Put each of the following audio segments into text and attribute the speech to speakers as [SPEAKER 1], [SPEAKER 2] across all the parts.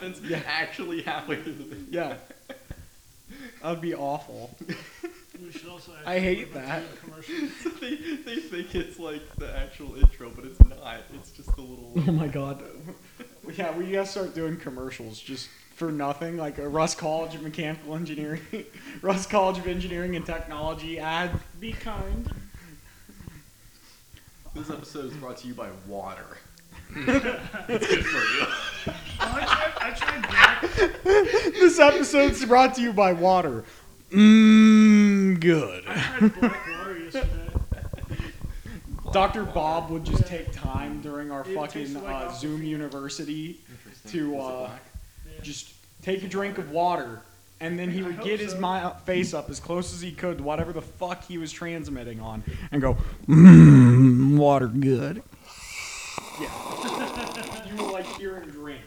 [SPEAKER 1] sentence
[SPEAKER 2] Yeah.
[SPEAKER 1] actually halfway through the thing.
[SPEAKER 2] Yeah. That would be awful.
[SPEAKER 3] We should also actually
[SPEAKER 2] I hate
[SPEAKER 3] put
[SPEAKER 2] that.
[SPEAKER 3] in a commercial.
[SPEAKER 1] So they, they think it's like the actual intro, but it's not. It's just a little.
[SPEAKER 2] Oh my god. Yeah, we gotta start doing commercials just for nothing, like a Russ College of Mechanical Engineering, Russ College of Engineering and Technology ad.
[SPEAKER 3] Be kind.
[SPEAKER 1] This episode is brought to you by water. it's good for you.
[SPEAKER 3] Oh, I tried, I tried black.
[SPEAKER 2] this episode's brought to you by water. Mmm, good.
[SPEAKER 3] I tried black water yesterday.
[SPEAKER 2] Dr. Bob would just take time during our
[SPEAKER 3] It
[SPEAKER 2] fucking
[SPEAKER 3] tastes like
[SPEAKER 2] uh,
[SPEAKER 3] apple
[SPEAKER 2] Zoom University
[SPEAKER 1] Interesting.
[SPEAKER 2] to
[SPEAKER 1] Is it
[SPEAKER 2] uh,
[SPEAKER 1] black?
[SPEAKER 3] Yeah.
[SPEAKER 2] just take a drink of water, and then he
[SPEAKER 3] I
[SPEAKER 2] would
[SPEAKER 3] hope
[SPEAKER 2] get his
[SPEAKER 3] so.
[SPEAKER 2] mi- face up as close as he could to whatever the fuck he was transmitting on, and go,
[SPEAKER 4] Mm,
[SPEAKER 2] mmm, water good. Yeah. you were like hearing drink.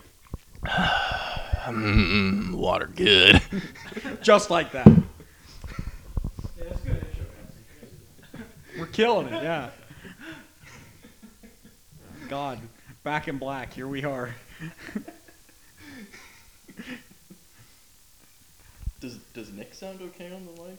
[SPEAKER 4] Mm, water good.
[SPEAKER 2] Just like that.
[SPEAKER 3] yeah, that's a good intro.
[SPEAKER 2] We're killing it, yeah. God, back in black, here we are.
[SPEAKER 1] Does does Nick sound okay on the mic?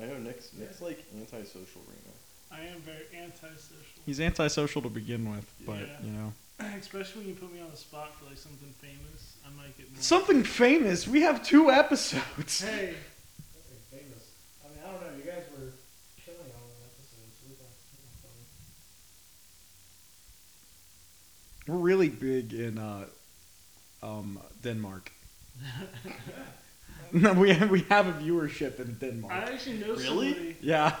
[SPEAKER 1] I know Nick's Nick's like antisocial right now.
[SPEAKER 3] I am very antisocial.
[SPEAKER 2] He's antisocial to begin with, but,
[SPEAKER 3] Yeah.
[SPEAKER 2] you know.
[SPEAKER 3] Especially when you put me on the spot for like something famous, I might get more.
[SPEAKER 2] Something famous. We have two episodes.
[SPEAKER 3] Hey,
[SPEAKER 5] Something famous. I mean, I don't know. You guys were killing all the episodes. It was like, it was fun.
[SPEAKER 2] We're really big in uh, um, Denmark. no, we have, we have a viewership in Denmark.
[SPEAKER 3] I actually know
[SPEAKER 1] Really?
[SPEAKER 3] somebody.
[SPEAKER 2] yeah,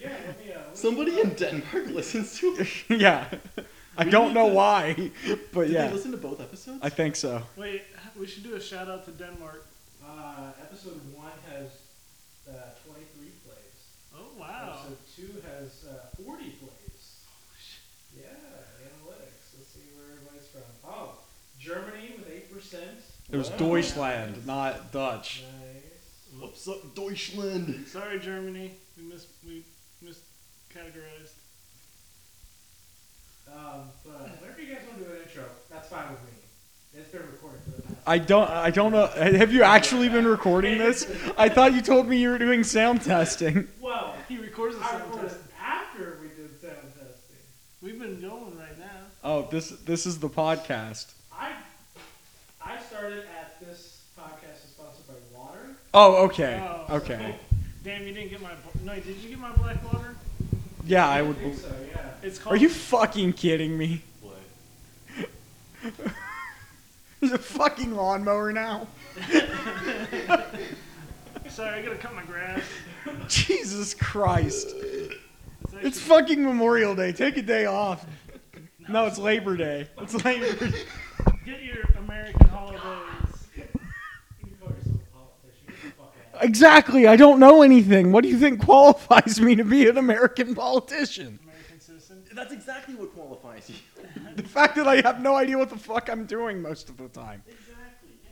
[SPEAKER 5] Yeah, let me, uh, let me-
[SPEAKER 1] Somebody in Denmark listens to. It.
[SPEAKER 2] yeah. I don't know why, but
[SPEAKER 1] Did they
[SPEAKER 2] yeah,
[SPEAKER 1] listen to both episodes?
[SPEAKER 2] I think so.
[SPEAKER 3] Wait, we should do a shout out to Denmark.
[SPEAKER 5] Uh, episode one has uh, 23 plays.
[SPEAKER 3] Oh wow. Oh,
[SPEAKER 5] Episode two has uh, 40 plays. Yeah, analytics. Let's see where everybody's from. Oh, Germany with 8%.
[SPEAKER 2] It was
[SPEAKER 1] Wow.
[SPEAKER 2] Deutschland, not Dutch.
[SPEAKER 5] Nice.
[SPEAKER 1] What's up, Deutschland?
[SPEAKER 3] Sorry, Germany. We mis we miscategorized.
[SPEAKER 5] Um, but whenever you guys want to do an intro, that's fine with me. It's been recorded for the past.
[SPEAKER 2] I don't I don't know. Have you actually been recording this? I thought you told me you were doing sound testing.
[SPEAKER 5] Well,
[SPEAKER 3] He records the
[SPEAKER 5] I
[SPEAKER 3] sound
[SPEAKER 5] recorded
[SPEAKER 3] test.
[SPEAKER 5] after we did sound testing.
[SPEAKER 3] We've been going right now.
[SPEAKER 2] Oh, this this is the podcast.
[SPEAKER 5] I I started at this podcast is sponsored by water.
[SPEAKER 2] Oh, okay.
[SPEAKER 3] Oh,
[SPEAKER 2] Okay.
[SPEAKER 3] Damn, you didn't get my. bl- No, did you get my black water?
[SPEAKER 2] Yeah, I
[SPEAKER 5] I
[SPEAKER 2] would
[SPEAKER 5] think so, yeah.
[SPEAKER 3] It's called.
[SPEAKER 2] Are you fucking kidding me?
[SPEAKER 1] What?
[SPEAKER 2] There's a fucking lawnmower now.
[SPEAKER 3] Sorry, I gotta cut my grass.
[SPEAKER 2] Jesus Christ.
[SPEAKER 3] It's actually,
[SPEAKER 2] It's fucking Memorial Day. Take a day off. No, it's Labor Day. It's Labor Day.
[SPEAKER 3] get your American holidays.
[SPEAKER 5] You call yourself a politician. Get the fuck out.
[SPEAKER 2] Exactly. I don't know anything. What do you think qualifies me to be an American politician?
[SPEAKER 3] American citizen.
[SPEAKER 1] That's exactly what qualifies you.
[SPEAKER 2] The fact that I have no idea what the fuck I'm doing most of the time.
[SPEAKER 5] Exactly, yeah.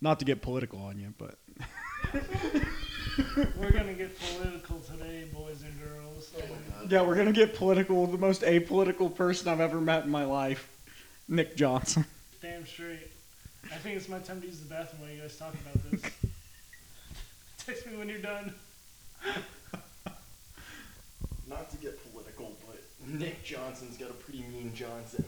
[SPEAKER 2] Not to get political on you, but
[SPEAKER 3] We're gonna get political today, boys and girls.
[SPEAKER 2] yeah, we're going to get political with the most apolitical person I've ever met in my life, Nick Johnson.
[SPEAKER 3] Damn straight. I think it's my time to use the bathroom while you guys talk about this. Text me when you're done.
[SPEAKER 1] Not to get political, but Nick Johnson's got a pretty mean Johnson.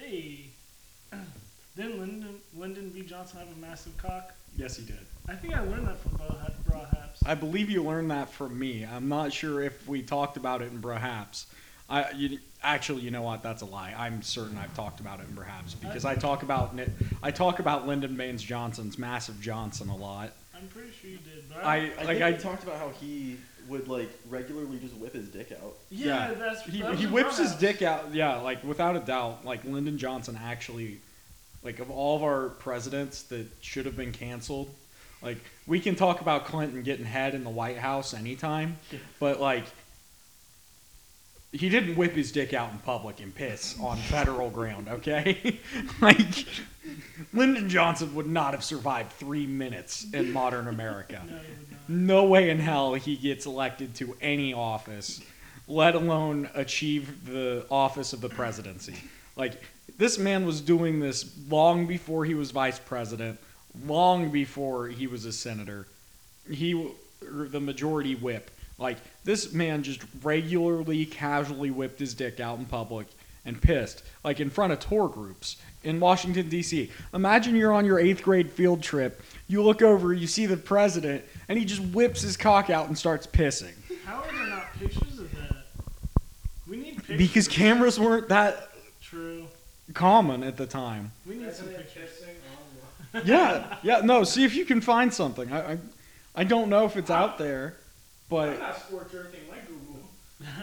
[SPEAKER 3] Hey. Didn't Lyndon, Lyndon B. Johnson have a massive cock?
[SPEAKER 2] Yes, he did.
[SPEAKER 3] I think I learned that from Bra, Bra Haps.
[SPEAKER 2] I believe you learned that from me. I'm not sure if we talked about it in perhaps. I you, actually, you know what? That's a lie. I'm certain I've talked about it in perhaps because I talk about Ni- I talk about Lyndon Baines Johnson's massive Johnson a lot.
[SPEAKER 3] I'm pretty sure you did, but
[SPEAKER 2] Oh, I
[SPEAKER 1] I
[SPEAKER 2] like
[SPEAKER 1] think
[SPEAKER 2] I
[SPEAKER 1] we talked about how he would like regularly just whip his dick out.
[SPEAKER 3] yeah, that's
[SPEAKER 2] he
[SPEAKER 3] that was
[SPEAKER 2] he
[SPEAKER 3] in
[SPEAKER 2] whips
[SPEAKER 3] Bra
[SPEAKER 2] his
[SPEAKER 3] Haps.
[SPEAKER 2] dick out. Yeah, like without a doubt, like Lyndon Johnson actually, like of all of our presidents that should have been canceled. Like we can talk about Clinton getting head in the White House anytime, but like he didn't whip his dick out in public and piss on federal ground, okay? like Lyndon Johnson would not have survived 3 minutes in modern America.
[SPEAKER 3] No, he would not.
[SPEAKER 2] No way in hell he gets elected to any office, let alone achieve the office of the presidency. Like This man was doing this long before he was vice president, long before he was a senator. He w- or the majority whip. Like this man just regularly casually whipped his dick out in public and pissed like in front of tour groups in Washington D.C. Imagine you're on your 8th grade field trip. You look over, you see the president and he just whips his cock out and starts pissing.
[SPEAKER 3] How are there not pictures of that? We need pictures.
[SPEAKER 2] Because cameras weren't that
[SPEAKER 3] True.
[SPEAKER 2] common at the time.
[SPEAKER 3] We need some
[SPEAKER 5] President
[SPEAKER 3] pictures.
[SPEAKER 5] kissing on
[SPEAKER 2] Yeah, yeah. No, see if you can find something. I, I, I don't know if it's out there,
[SPEAKER 5] one. I'm
[SPEAKER 2] but
[SPEAKER 5] not sport jerking my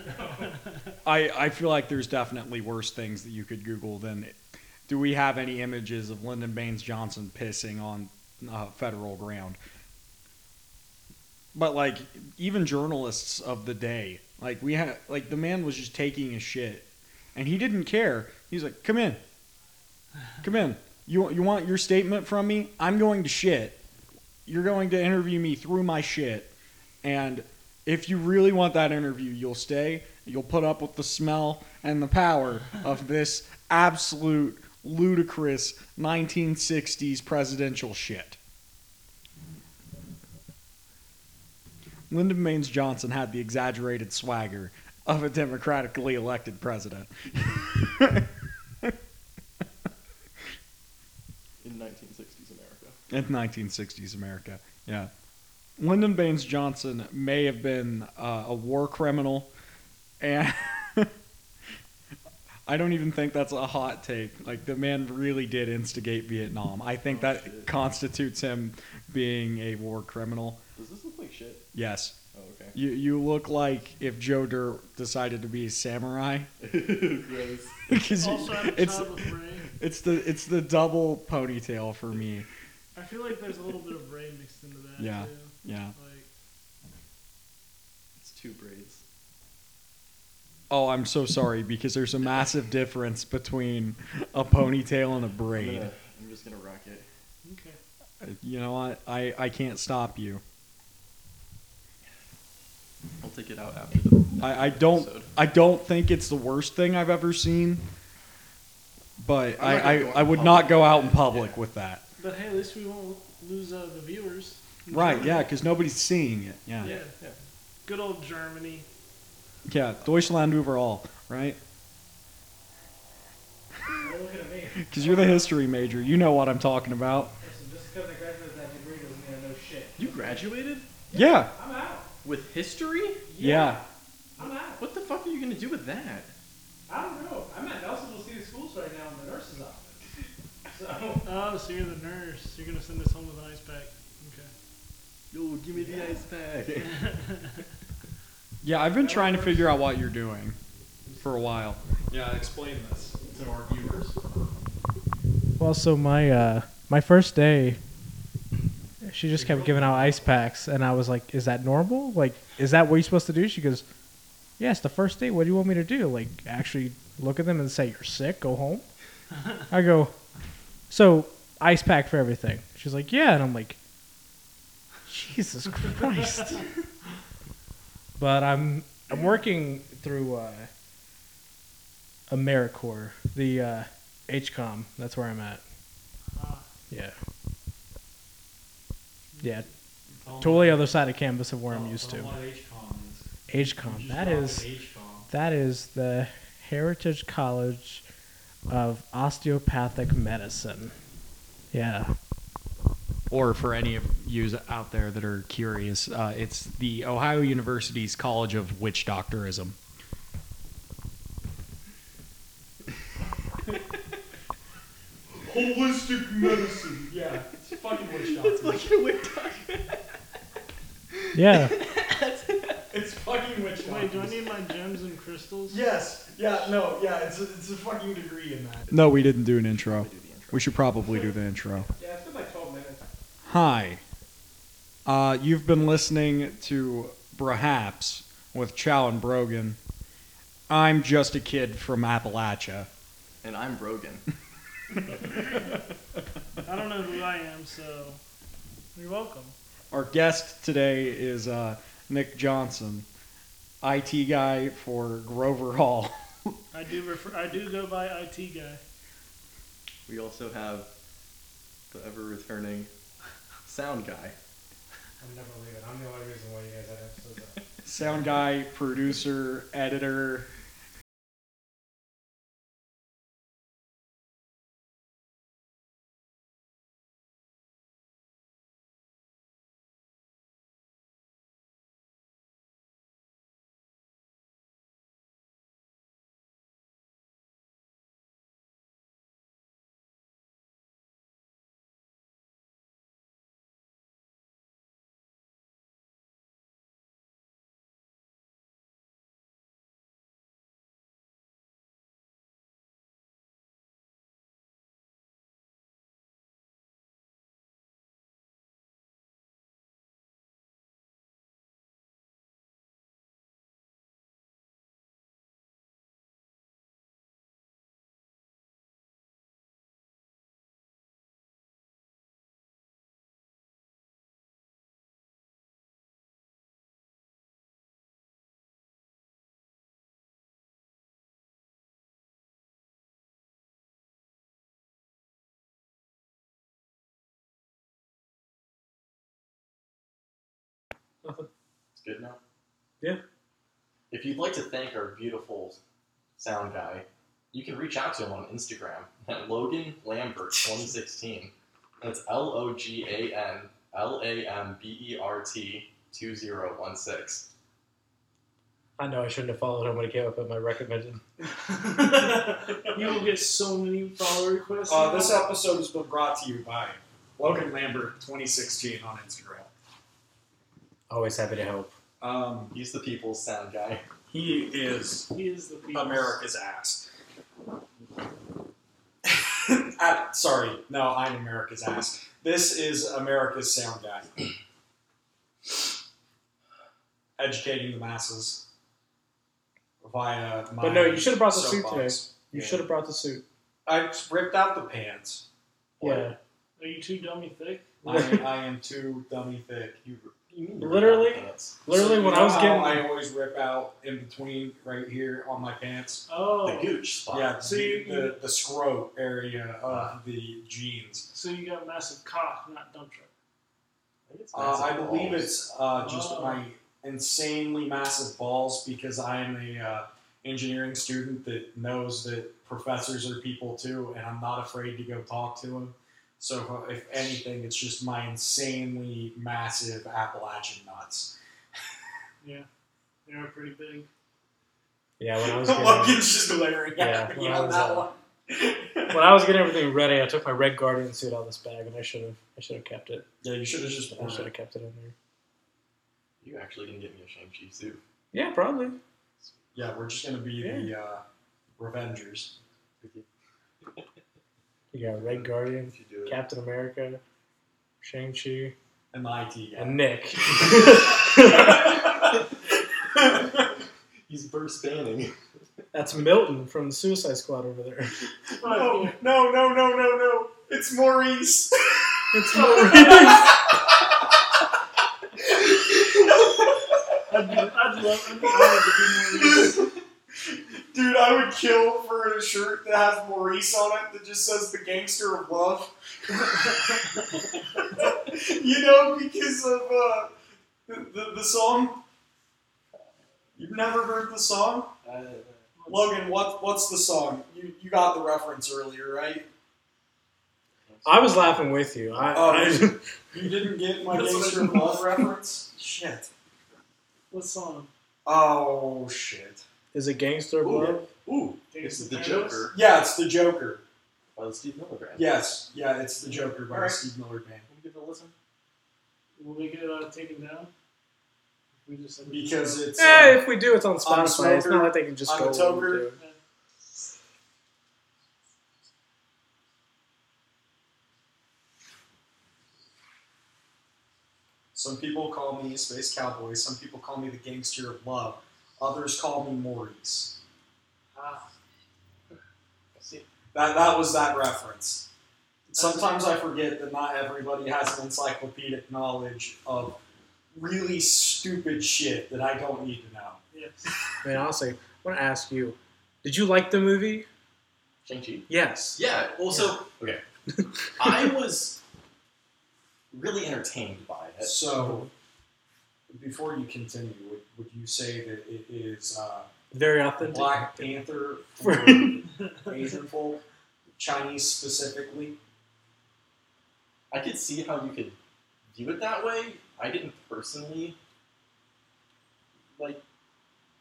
[SPEAKER 5] Google.
[SPEAKER 2] I, I feel like there's definitely worse things that you could Google than. Do we have any images of Lyndon Baines Johnson pissing on uh, federal ground? But like even journalists of the day, like we had, like the man was just taking a shit, and he didn't care. He's like, "Come in, come in. You you want your statement from me? I'm going to shit. You're going to interview me through my shit, and if you really want that interview, you'll stay. You'll put up with the smell and the power of this absolute ludicrous 1960s presidential shit. Lyndon Baines Johnson had the exaggerated swagger of a democratically elected president.
[SPEAKER 1] in 1960s America.
[SPEAKER 2] in 1960s America. Yeah. Lyndon Baines Johnson may have been uh, a war criminal, and I don't even think that's a hot take. Like the man really did instigate Vietnam. I think
[SPEAKER 1] Oh,
[SPEAKER 2] that
[SPEAKER 1] shit.
[SPEAKER 2] constitutes him being a war criminal.
[SPEAKER 1] Does this look like shit?
[SPEAKER 2] Yes,
[SPEAKER 1] Oh, okay.
[SPEAKER 2] you you look like if Joe Dirt decided to be a samurai
[SPEAKER 1] Gross.
[SPEAKER 2] 'Cause you-
[SPEAKER 3] Also, I have a
[SPEAKER 2] it's
[SPEAKER 3] child with Ray.
[SPEAKER 2] it's the it's the double ponytail for me.
[SPEAKER 3] I feel like there's a little bit of Ray mixed into that.
[SPEAKER 2] Yeah.
[SPEAKER 3] Too.
[SPEAKER 2] Yeah.
[SPEAKER 3] Like,
[SPEAKER 1] It's two braids.
[SPEAKER 2] Oh, I'm so sorry because there's a massive difference between a ponytail and a
[SPEAKER 1] I'm,
[SPEAKER 2] braid.
[SPEAKER 1] gonna, I'm just gonna rock it.
[SPEAKER 3] okay.
[SPEAKER 2] You know what? I, I can't stop you.
[SPEAKER 1] I'll take it out after the.
[SPEAKER 2] I, I don't
[SPEAKER 1] Episode.
[SPEAKER 2] I don't think it's the worst thing I've ever seen, but
[SPEAKER 1] I'm not
[SPEAKER 2] I,
[SPEAKER 1] gonna
[SPEAKER 2] I,
[SPEAKER 1] go out
[SPEAKER 2] I
[SPEAKER 1] in
[SPEAKER 2] would
[SPEAKER 1] public
[SPEAKER 2] not go
[SPEAKER 1] with
[SPEAKER 2] out in
[SPEAKER 1] that.
[SPEAKER 2] public
[SPEAKER 1] Yeah.
[SPEAKER 2] with that.
[SPEAKER 3] But hey, at least we won't lose uh, the viewers.
[SPEAKER 2] Right? Yeah, because nobody's seeing it. Yeah.
[SPEAKER 3] Yeah.
[SPEAKER 1] yeah.
[SPEAKER 3] Good old Germany.
[SPEAKER 2] Yeah. Deutschland overall, right?
[SPEAKER 5] Don't look at me.
[SPEAKER 2] Because you're the history major. You know what I'm talking about.
[SPEAKER 5] Listen, just because I graduated with that degree doesn't mean I know shit.
[SPEAKER 1] You graduated
[SPEAKER 2] Yeah.
[SPEAKER 5] I'm out.
[SPEAKER 1] with history?
[SPEAKER 2] Yeah.
[SPEAKER 5] I'm out.
[SPEAKER 1] What the fuck are you gonna do with that?
[SPEAKER 5] I don't know. I'm at Nelsonville City Schools right now in the nurse's office. So,
[SPEAKER 3] Oh, so you're the nurse. You're gonna send us home with an ice pack. Okay.
[SPEAKER 1] Yo, give me the ice pack.
[SPEAKER 2] Yeah. I've been trying to figure out what you're doing for a while. Yeah. Explain this to our viewers.
[SPEAKER 5] Well, so my uh, my first day, she just kept giving out ice packs, and I was like, "Is that normal? Like, is that what you're supposed to do?" She goes, "Yeah, it's the first day. What do you want me to do? Like, actually look at them and say you're sick. Go home." I go, "So ice pack for everything." She's like, "Yeah," and I'm like, "Jesus Christ!" but I'm I'm working through uh, AmeriCorps, the uh, HCOM. That's where I'm at.
[SPEAKER 3] Ah,
[SPEAKER 5] Yeah. Yeah,
[SPEAKER 2] Tell 'em
[SPEAKER 5] totally other side of canvas of where
[SPEAKER 2] Tell-
[SPEAKER 1] Oh,
[SPEAKER 5] I'm used
[SPEAKER 2] tell
[SPEAKER 5] to.
[SPEAKER 2] 'em what HCOM is.
[SPEAKER 5] HCOM.
[SPEAKER 2] You
[SPEAKER 5] That
[SPEAKER 2] just
[SPEAKER 5] is
[SPEAKER 2] call it HCOM.
[SPEAKER 5] that is the Heritage College of Osteopathic Medicine. Yeah.
[SPEAKER 2] Or for any of you out there that are curious, uh, it's the Ohio University's College of Witch Doctorism. Holistic medicine. Yeah, it's fucking witch doctorism.
[SPEAKER 5] Yeah.
[SPEAKER 2] It's fucking witch
[SPEAKER 3] Wait, do I need my gems and crystals?
[SPEAKER 2] Yes. Yeah. No. Yeah. It's a, it's a fucking degree in that. No, we didn't do an intro. We should probably do the intro.
[SPEAKER 5] yeah, it's been like 12 minutes.
[SPEAKER 2] Hi. Uh, you've been listening to Perhaps with Chow and Brogan. I'm just a kid from Appalachia.
[SPEAKER 1] And I'm Brogan.
[SPEAKER 3] I don't know who I am, so you're welcome.
[SPEAKER 2] Our guest today is uh, Nick Johnson, IT guy for Grover Hall.
[SPEAKER 3] I do refer. I do go by IT guy.
[SPEAKER 6] We also have the ever returning sound guy.
[SPEAKER 5] I'm never leaving. I'm the only reason why you guys have episodes up.
[SPEAKER 1] Sound guy, producer, editor.
[SPEAKER 6] It's good now.
[SPEAKER 5] Yeah.
[SPEAKER 6] If you'd like to thank our beautiful sound guy, you can reach out to him on Instagram at Logan Lambert 116. That's L O G A N L A M B E R T 2016.
[SPEAKER 5] I know I shouldn't have followed him when he came up with my recommended.
[SPEAKER 3] You will get so many follow requests.
[SPEAKER 2] Uh,
[SPEAKER 3] now.
[SPEAKER 2] this episode has been brought to you by Logan Lambert 2016 on Instagram.
[SPEAKER 5] Always happy to help.
[SPEAKER 2] Um,
[SPEAKER 6] He's the people's sound guy.
[SPEAKER 2] he is
[SPEAKER 3] He is the people's-
[SPEAKER 2] America's ass. Uh, sorry, no, I'm America's ass. This is America's sound guy. Educating the masses via my
[SPEAKER 5] But no, you should have brought the suit today.
[SPEAKER 2] soapbox.
[SPEAKER 5] You
[SPEAKER 2] Yeah.
[SPEAKER 5] should have brought the suit.
[SPEAKER 2] I ripped out the pants.
[SPEAKER 5] Yeah.
[SPEAKER 3] Are you too dummy thick?
[SPEAKER 2] I, I am too dummy thick. You
[SPEAKER 6] You mean
[SPEAKER 5] Literally?
[SPEAKER 6] pants.
[SPEAKER 5] Literally,
[SPEAKER 2] So
[SPEAKER 5] when
[SPEAKER 2] you
[SPEAKER 5] I
[SPEAKER 2] know
[SPEAKER 5] was
[SPEAKER 2] how
[SPEAKER 5] getting,
[SPEAKER 2] I always rip out in between right here on my pants.
[SPEAKER 6] The
[SPEAKER 3] Oh,
[SPEAKER 6] gooch spot.
[SPEAKER 2] Yeah,
[SPEAKER 3] So
[SPEAKER 2] the,
[SPEAKER 3] you-
[SPEAKER 2] the, the scrote area
[SPEAKER 6] Ah.
[SPEAKER 2] of the jeans.
[SPEAKER 3] so you got massive cock, not dump truck.
[SPEAKER 6] I think it's
[SPEAKER 2] Uh, I
[SPEAKER 6] massive
[SPEAKER 2] believe
[SPEAKER 6] balls.
[SPEAKER 2] it's uh, just
[SPEAKER 3] Oh.
[SPEAKER 2] my insanely massive balls because I am a uh, engineering student that knows that professors are people too, and I'm not afraid to go talk to them. So if if anything, it's just my insanely massive Appalachian nuts.
[SPEAKER 3] They are pretty big.
[SPEAKER 5] yeah, when I was getting,
[SPEAKER 2] Logan's just glaring
[SPEAKER 5] Yeah,
[SPEAKER 2] at me
[SPEAKER 5] when I
[SPEAKER 2] on
[SPEAKER 5] was,
[SPEAKER 2] that
[SPEAKER 5] uh,
[SPEAKER 2] one.
[SPEAKER 5] when I was getting everything ready, I took my red guardian suit out of this bag, and I should have, I should have kept it.
[SPEAKER 2] Yeah, you should have just
[SPEAKER 5] I
[SPEAKER 2] worn
[SPEAKER 5] should
[SPEAKER 2] it.
[SPEAKER 5] have kept it in there.
[SPEAKER 6] You actually can get me a Shang-Chi suit.
[SPEAKER 5] Yeah, probably.
[SPEAKER 2] Yeah, we're just gonna be the uh, Revengers.
[SPEAKER 5] You got Red Guardian,
[SPEAKER 6] If you do it.
[SPEAKER 5] Captain America, Shang Chi,
[SPEAKER 2] And the IT guy.
[SPEAKER 5] and Nick.
[SPEAKER 6] He's burst banning.
[SPEAKER 5] That's Milton from the Suicide Squad over there.
[SPEAKER 2] no, Oh, no, no, no, no, no. It's Maurice.
[SPEAKER 5] It's Maurice.
[SPEAKER 3] I'd, be, I'd love, I'd be honored to be more than
[SPEAKER 2] Dude, I would kill for a shirt that has Maurice on it that just says the gangster of love. you know, because of uh, the, the, the song. You've never heard the song?
[SPEAKER 6] Uh,
[SPEAKER 2] Logan, what what's the song? You, you got the reference earlier, right?
[SPEAKER 5] I was laughing with you. I,
[SPEAKER 2] Oh,
[SPEAKER 5] I,
[SPEAKER 2] You didn't get my
[SPEAKER 3] That's what
[SPEAKER 2] gangster of love reference? Shit.
[SPEAKER 3] What song?
[SPEAKER 2] Oh, shit.
[SPEAKER 5] is it Gangster
[SPEAKER 6] Ooh,
[SPEAKER 5] Blood?
[SPEAKER 6] Ooh,
[SPEAKER 3] Days
[SPEAKER 6] it's
[SPEAKER 3] of
[SPEAKER 6] the
[SPEAKER 3] Paradise?
[SPEAKER 6] Joker
[SPEAKER 2] Yeah, it's the Joker.
[SPEAKER 6] by Steve Milligan.
[SPEAKER 2] Yes, yeah, it's the Joker by
[SPEAKER 6] Alright.
[SPEAKER 2] Steve Miller Band.
[SPEAKER 6] Can we give it a listen?
[SPEAKER 3] Will we get uh, taken down? We just said-
[SPEAKER 2] Because it's.
[SPEAKER 5] Eh,
[SPEAKER 2] Uh,
[SPEAKER 5] if we do, it's on
[SPEAKER 2] I'm a
[SPEAKER 5] Spotify. It's
[SPEAKER 2] smoker.
[SPEAKER 5] not like they can just
[SPEAKER 2] I'm
[SPEAKER 5] go
[SPEAKER 2] a
[SPEAKER 5] and
[SPEAKER 2] toker.
[SPEAKER 5] do it.
[SPEAKER 2] some people call me Space Cowboy, some people call me the Gangster of Love, others call me Maurice.
[SPEAKER 3] Ah,
[SPEAKER 6] See,
[SPEAKER 2] That, that was that reference. Sometimes I forget that not everybody has an encyclopedic knowledge of really stupid shit that I don't need to know.
[SPEAKER 3] yes.
[SPEAKER 5] I mean, honestly, I want to ask you: Did you like the movie?
[SPEAKER 6] Shang-Chi?
[SPEAKER 5] Yes.
[SPEAKER 6] Yeah. Well, so okay, I was really entertained by it.
[SPEAKER 2] So, before you continue, would, would you say that it is uh,
[SPEAKER 5] Very authentic.
[SPEAKER 2] Black Panther for Asian folk, Chinese specifically?
[SPEAKER 6] I could see how you could view it that way. I didn't personally like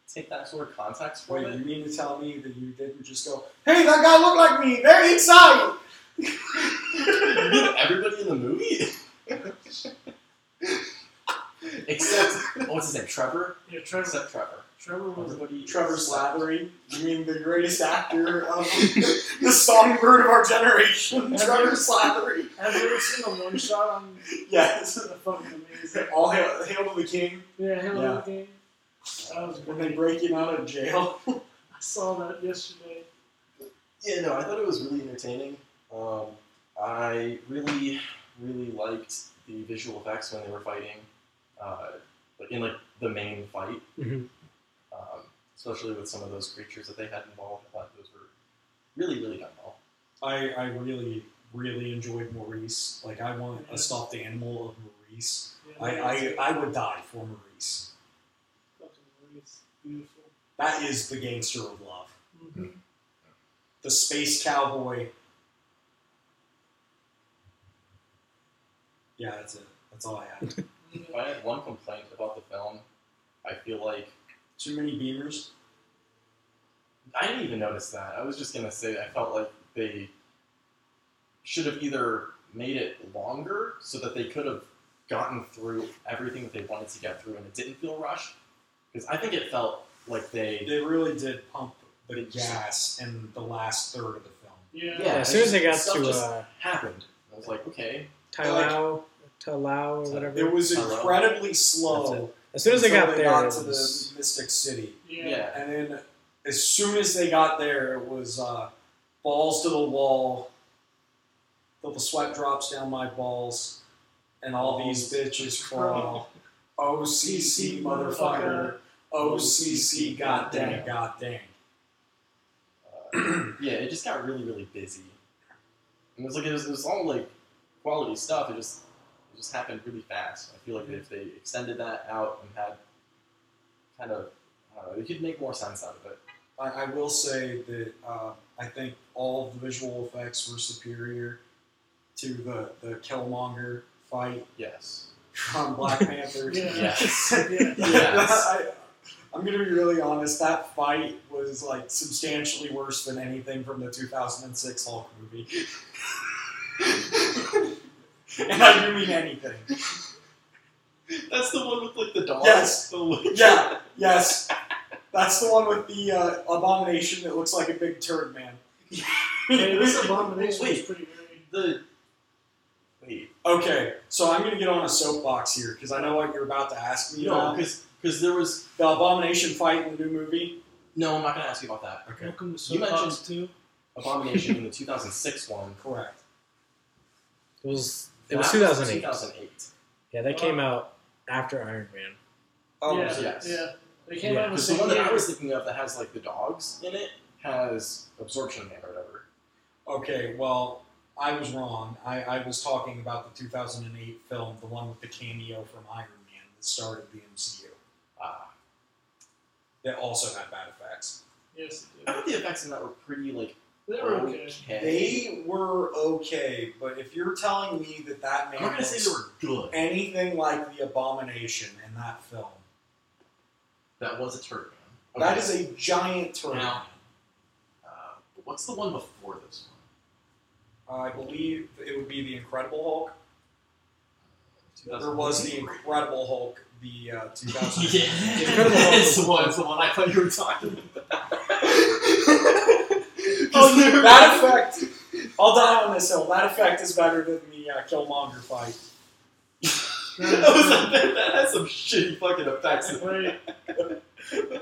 [SPEAKER 6] take that sort of context from
[SPEAKER 2] Wait,
[SPEAKER 6] it.
[SPEAKER 2] you mean to tell me that you didn't just go, "Hey, that guy looked like me. They're inside."
[SPEAKER 6] You mean everybody in the movie? Except what's his name? Trevor?
[SPEAKER 3] Yeah, Trevor.
[SPEAKER 6] Except Trevor.
[SPEAKER 3] Trevor was.
[SPEAKER 6] Everybody
[SPEAKER 2] Trevor Slattery. You mean the greatest actor of the songbird of our generation, Trevor Slattery?
[SPEAKER 3] Have you ever seen a one shot on?
[SPEAKER 2] Yes.
[SPEAKER 3] That's fucking amazing.
[SPEAKER 2] All hail, hail to the king
[SPEAKER 3] Yeah, Hello
[SPEAKER 2] Yeah.
[SPEAKER 3] Game. That was
[SPEAKER 2] when they
[SPEAKER 3] great.
[SPEAKER 2] break him out of jail.
[SPEAKER 3] I saw that yesterday.
[SPEAKER 6] Yeah, no, I thought it was really entertaining. Um, I really, really liked the visual effects when they were fighting, uh, like in like the main fight,
[SPEAKER 5] Mhm.
[SPEAKER 6] um, especially with some of those creatures that they had involved. I thought those were really, really done well.
[SPEAKER 2] I, I really, really enjoyed Maurice. Like, I want a stuffed animal of Maurice.
[SPEAKER 3] Yeah,
[SPEAKER 2] I, I, I would die for Maurice.
[SPEAKER 3] Fucking Maurice. Beautiful.
[SPEAKER 2] That is the gangster of love. The space cowboy. Yeah, that's it. That's all I have.
[SPEAKER 6] If I had one complaint about the film, I feel like
[SPEAKER 2] Too many beamers.
[SPEAKER 6] I didn't even notice that. I was just gonna say I felt like they should have either made it longer so that they could have gotten through everything that they wanted to get through and it didn't feel rushed. Because I think it felt like they
[SPEAKER 2] They really did pump the
[SPEAKER 6] They just-
[SPEAKER 2] gas in the last third of the film.
[SPEAKER 3] Yeah.
[SPEAKER 6] Yeah,
[SPEAKER 5] Yeah, as soon as they got
[SPEAKER 6] stuff
[SPEAKER 5] to
[SPEAKER 6] just-
[SPEAKER 5] uh,
[SPEAKER 6] happened. I was like, okay,
[SPEAKER 5] Tailao, Tailao or whatever.
[SPEAKER 2] It was
[SPEAKER 6] Hello.
[SPEAKER 2] incredibly slow.
[SPEAKER 5] As soon as they
[SPEAKER 2] until
[SPEAKER 5] got
[SPEAKER 2] they
[SPEAKER 5] there,
[SPEAKER 2] got
[SPEAKER 5] it
[SPEAKER 2] to
[SPEAKER 5] was-
[SPEAKER 2] the Mystic City.
[SPEAKER 6] yeah,
[SPEAKER 3] Yeah.
[SPEAKER 2] And then as soon as they got there, it was uh, balls to the wall, till the sweat drops down my balls, and all these bitches crawl. OCC motherfucker. OCC goddamn goddamn.
[SPEAKER 6] uh, yeah, it just got really, really busy. And it was like it was, it was all like quality stuff. It just it just happened really fast. I feel like if they extended that out and had kind of I don't know, they could make more sense out of it.
[SPEAKER 2] I, I will say that uh, I think all of the visual effects were superior to the, the Killmonger fight
[SPEAKER 6] Yes.
[SPEAKER 2] from Black Panther.
[SPEAKER 3] Yeah.
[SPEAKER 6] Yes.
[SPEAKER 3] Yeah.
[SPEAKER 6] Yes.
[SPEAKER 2] I, I'm gonna be really honest. That fight was like substantially worse than anything from the 2006 Hulk movie. and I do mean anything.
[SPEAKER 6] That's the one with like the dog.
[SPEAKER 2] Yes.
[SPEAKER 6] The-
[SPEAKER 2] Yeah. Yes. That's the one with the uh, abomination that looks like a big turd man.
[SPEAKER 3] Hey, this abomination was
[SPEAKER 6] Wait.
[SPEAKER 3] pretty great.
[SPEAKER 6] the wait.
[SPEAKER 2] Okay, so I'm gonna get on a soapbox here because I know what you're about to ask me.
[SPEAKER 6] No,
[SPEAKER 2] about.
[SPEAKER 6] because because there was
[SPEAKER 2] the abomination fight in the new movie.
[SPEAKER 6] no. I'm not gonna ask you about that.
[SPEAKER 2] Okay.
[SPEAKER 3] Welcome to
[SPEAKER 6] You mentioned-
[SPEAKER 3] Soapbox 2.
[SPEAKER 6] Abomination in the 2006 one.
[SPEAKER 2] Correct.
[SPEAKER 5] it was it was
[SPEAKER 6] That
[SPEAKER 5] 2008.
[SPEAKER 6] 2008.
[SPEAKER 5] Yeah, that came out after Iron Man.
[SPEAKER 2] Oh
[SPEAKER 3] yeah,
[SPEAKER 6] yes.
[SPEAKER 3] yeah. They came
[SPEAKER 5] Yeah,
[SPEAKER 3] out in the
[SPEAKER 6] Because the
[SPEAKER 3] same
[SPEAKER 6] one that I
[SPEAKER 3] year.
[SPEAKER 6] was thinking of that has like the dogs in it has absorption man or whatever.
[SPEAKER 2] Okay, well, I was wrong. I, I was talking about the 2008 film, the one with the cameo from Iron Man that started the MCU.
[SPEAKER 6] Ah,
[SPEAKER 2] Uh, That also had bad effects.
[SPEAKER 3] Yes, it
[SPEAKER 6] I
[SPEAKER 3] did.
[SPEAKER 6] thought the effects in that were pretty like
[SPEAKER 3] They
[SPEAKER 2] Oh.
[SPEAKER 3] were okay.
[SPEAKER 2] They were okay, but if you're telling me that that
[SPEAKER 6] I'm
[SPEAKER 2] man
[SPEAKER 6] not gonna
[SPEAKER 2] looks
[SPEAKER 6] say they were good.
[SPEAKER 2] anything like the Abomination in that film,
[SPEAKER 6] That was a turd man.
[SPEAKER 2] that is a giant turn.
[SPEAKER 6] Now- Uh, but what's the one before this
[SPEAKER 2] I believe it would be the Incredible Hulk.
[SPEAKER 6] one?
[SPEAKER 2] There was the
[SPEAKER 6] 2008?
[SPEAKER 2] Incredible Hulk, the uh, 2000.
[SPEAKER 6] yeah,
[SPEAKER 5] Incredible Hulk.
[SPEAKER 6] it's the one. It's the one I thought you were talking about.
[SPEAKER 2] Oh, yeah, that effect. I'll die on this hill. That effect is better than the uh, Killmonger fight.
[SPEAKER 6] that, was like, that, that has some shitty fucking effects. in it.
[SPEAKER 3] Wait,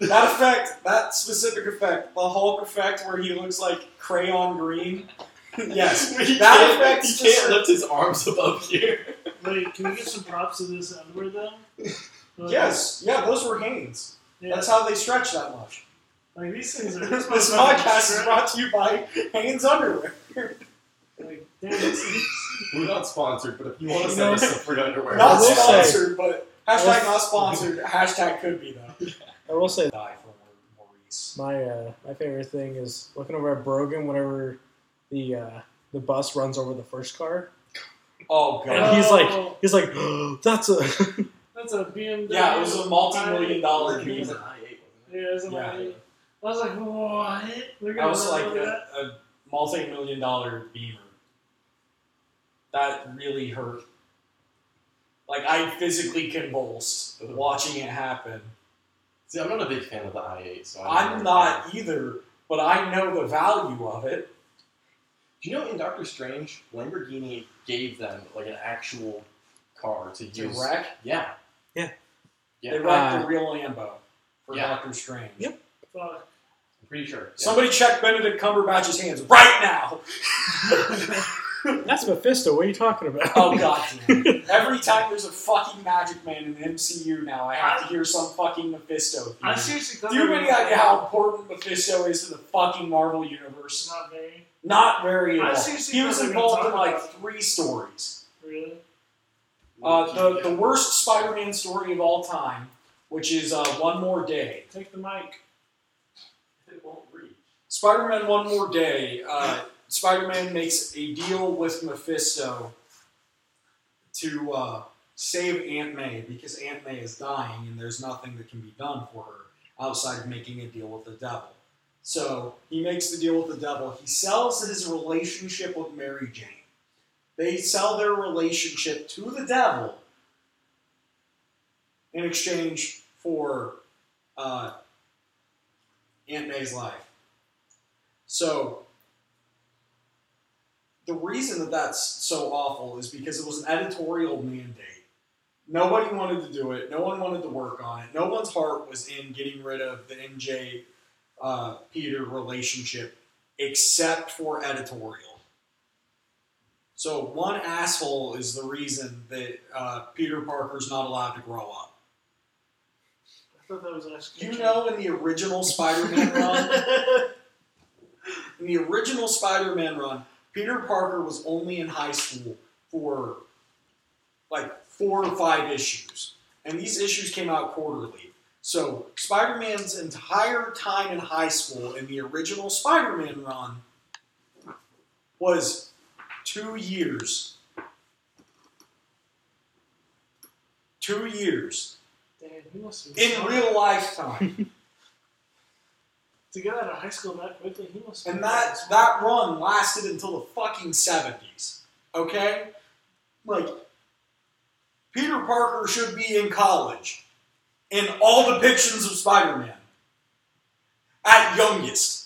[SPEAKER 2] That effect, that specific effect, the Hulk effect where he looks like crayon green. Yes.
[SPEAKER 6] he
[SPEAKER 2] that
[SPEAKER 6] can't,
[SPEAKER 2] effect
[SPEAKER 6] He can't
[SPEAKER 2] just-
[SPEAKER 6] lift his arms above here.
[SPEAKER 3] wait, can we get some props to this underwear then? Like,
[SPEAKER 2] Yes. Yeah, those were Hanes.
[SPEAKER 3] Yeah.
[SPEAKER 2] That's how they stretch that much.
[SPEAKER 3] Like these things are.
[SPEAKER 2] this podcast is brought to you by Hanes Underwear.
[SPEAKER 3] Like, damn, this is-
[SPEAKER 6] We're not sponsored, but if you want
[SPEAKER 5] You
[SPEAKER 6] to
[SPEAKER 5] know-
[SPEAKER 6] send us some free underwear,
[SPEAKER 2] Not
[SPEAKER 5] will say-
[SPEAKER 2] sponsored, but hashtag not sponsored. Hashtag could be though.
[SPEAKER 5] I will say
[SPEAKER 2] Die for Maurice.
[SPEAKER 5] My uh, my favorite thing is looking over at Brogan whenever the uh, the bus runs over the first car.
[SPEAKER 2] Oh
[SPEAKER 5] And
[SPEAKER 2] god.
[SPEAKER 5] he's like-
[SPEAKER 3] Oh,
[SPEAKER 5] He's like, "That's a."
[SPEAKER 3] that's a BMW.
[SPEAKER 2] Yeah, it was a multi-million dollar
[SPEAKER 6] It
[SPEAKER 2] meme.
[SPEAKER 6] was an i8,
[SPEAKER 3] Yeah, it was a
[SPEAKER 2] Yeah.
[SPEAKER 3] Maserati. I was like, what? They're
[SPEAKER 2] I
[SPEAKER 3] gonna
[SPEAKER 2] was
[SPEAKER 3] run
[SPEAKER 2] like
[SPEAKER 3] over that?
[SPEAKER 2] a, a multi-million dollar beamer. That really hurt. Like I physically convulsed watching it happen.
[SPEAKER 6] See, I'm not a big fan of the i8, so I don't
[SPEAKER 2] I'm
[SPEAKER 6] know.
[SPEAKER 2] not either, but I know the value of it.
[SPEAKER 6] Do you know in Doctor Strange, Lamborghini gave them like an actual car to
[SPEAKER 2] To
[SPEAKER 6] use?
[SPEAKER 2] wreck,
[SPEAKER 6] Yeah.
[SPEAKER 2] they wrecked the real Lambo for
[SPEAKER 6] yeah.
[SPEAKER 2] Doctor Strange.
[SPEAKER 5] Yep.
[SPEAKER 2] uh,
[SPEAKER 3] Fuck.
[SPEAKER 6] I'm pretty sure.
[SPEAKER 2] Somebody check Benedict Cumberbatch's hands right now.
[SPEAKER 5] That's Mephisto. What are you talking about?
[SPEAKER 2] Oh god damn it. Every time there's a fucking magic man in the MCU now, I have to hear some fucking Mephisto theme.
[SPEAKER 3] I seriously thought
[SPEAKER 2] mm. Do you
[SPEAKER 3] they
[SPEAKER 2] have any
[SPEAKER 3] were-
[SPEAKER 2] idea how important Mephisto is to the fucking Marvel universe?
[SPEAKER 3] Not very.
[SPEAKER 2] Not very
[SPEAKER 3] I
[SPEAKER 2] at all.
[SPEAKER 3] seriously
[SPEAKER 2] He was
[SPEAKER 3] thought we were
[SPEAKER 2] involved in
[SPEAKER 3] gonna
[SPEAKER 2] like
[SPEAKER 3] talk
[SPEAKER 2] three stories.
[SPEAKER 3] Really?
[SPEAKER 2] Uh, the, the worst Spider-Man story of all time, which is uh, One More Day.
[SPEAKER 3] Take the mic. It won't reach.
[SPEAKER 2] Spider-Man One More Day. Uh, Spider-Man makes a deal with Mephisto to uh, save Aunt May because Aunt May is dying and there's nothing that can be done for her outside of making a deal with the devil. So he makes the deal with the devil. He sells his relationship with Mary Jane. They sell their relationship to the devil in exchange for uh, Aunt May's life. So the reason that that's so awful is because it was an editorial mandate. Nobody wanted to do it. No one wanted to work on it. No one's heart was in getting rid of the MJ uh, Peter relationship except for editorial. So one asshole is the reason that uh, Peter Parker's not allowed to grow up.
[SPEAKER 3] I thought that was actually.
[SPEAKER 2] You know, in the original Spider-Man run, in the original Spider-Man run, Peter Parker was only in high school for like four or five issues, and these issues came out quarterly. So Spider-Man's entire time in high school in the original Spider-Man run was two years. Two years
[SPEAKER 3] Damn, he must be
[SPEAKER 2] in real lifetime.
[SPEAKER 3] To get out of high school that quickly, he must.
[SPEAKER 2] And
[SPEAKER 3] be-
[SPEAKER 2] that that run lasted until the fucking seventies. Okay? Like Peter Parker should be in college in all depictions of Spider-Man. At youngest.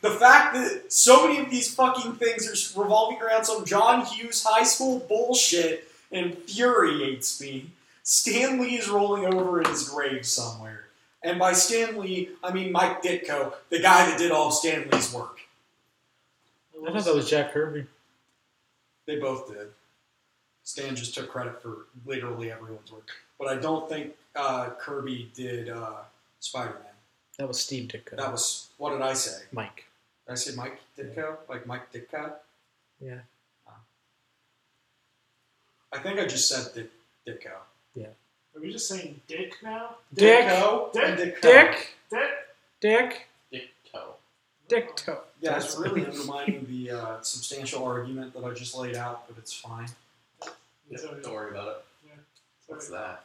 [SPEAKER 2] The fact that so many of these fucking things are revolving around some John Hughes high school bullshit infuriates me. Stan Lee is rolling over in his grave somewhere. And by Stan Lee, I mean Mike Ditko, the guy that did all of Stan Lee's work.
[SPEAKER 5] I thought that was Jack Kirby.
[SPEAKER 2] They both did. Stan just took credit for literally everyone's work. But I don't think uh, Kirby did uh, Spider Man.
[SPEAKER 5] That was Steve Ditko.
[SPEAKER 2] That was, what did I say?
[SPEAKER 5] Mike.
[SPEAKER 2] Did I say Mike Ditko? Like Mike Ditko?
[SPEAKER 5] Yeah.
[SPEAKER 2] Oh. I think I just said Dit- Ditko.
[SPEAKER 3] Are we just saying dick now?
[SPEAKER 5] Dick.
[SPEAKER 2] Ditko and Ditko.
[SPEAKER 5] Dick.
[SPEAKER 3] Dick. Oh,
[SPEAKER 5] Dick.
[SPEAKER 6] Dick Toe.
[SPEAKER 5] Ditko.
[SPEAKER 2] Yeah, it's really undermining the uh, substantial argument that I just laid out, but it's fine.
[SPEAKER 6] Yeah,
[SPEAKER 3] Sorry.
[SPEAKER 6] don't worry about it.
[SPEAKER 3] Yeah.
[SPEAKER 6] What's that?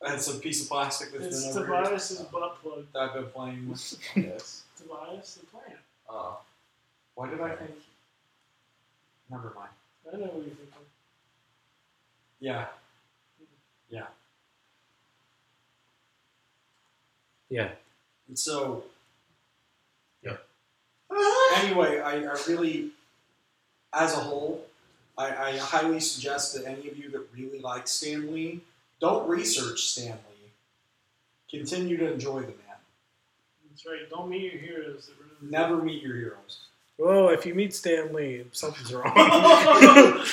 [SPEAKER 2] It's a piece of plastic that's
[SPEAKER 3] It's
[SPEAKER 2] been over here
[SPEAKER 3] Tobias's butt plug.
[SPEAKER 2] that I've been playing with.
[SPEAKER 6] Yes.
[SPEAKER 3] Tobias the plant.
[SPEAKER 6] Oh.
[SPEAKER 2] Why did I think? Never mind.
[SPEAKER 3] I know what you're thinking.
[SPEAKER 2] Yeah.
[SPEAKER 5] Yeah.
[SPEAKER 2] And so
[SPEAKER 3] I
[SPEAKER 2] anyway, I, I really, as a whole, I, I highly suggest that any of you that really like Stan Lee, don't research Stan Lee. Continue to enjoy the man.
[SPEAKER 3] That's right. Don't meet your heroes. They're really-
[SPEAKER 2] Never meet your heroes.
[SPEAKER 5] Whoa! If you meet Stan Lee, something's wrong.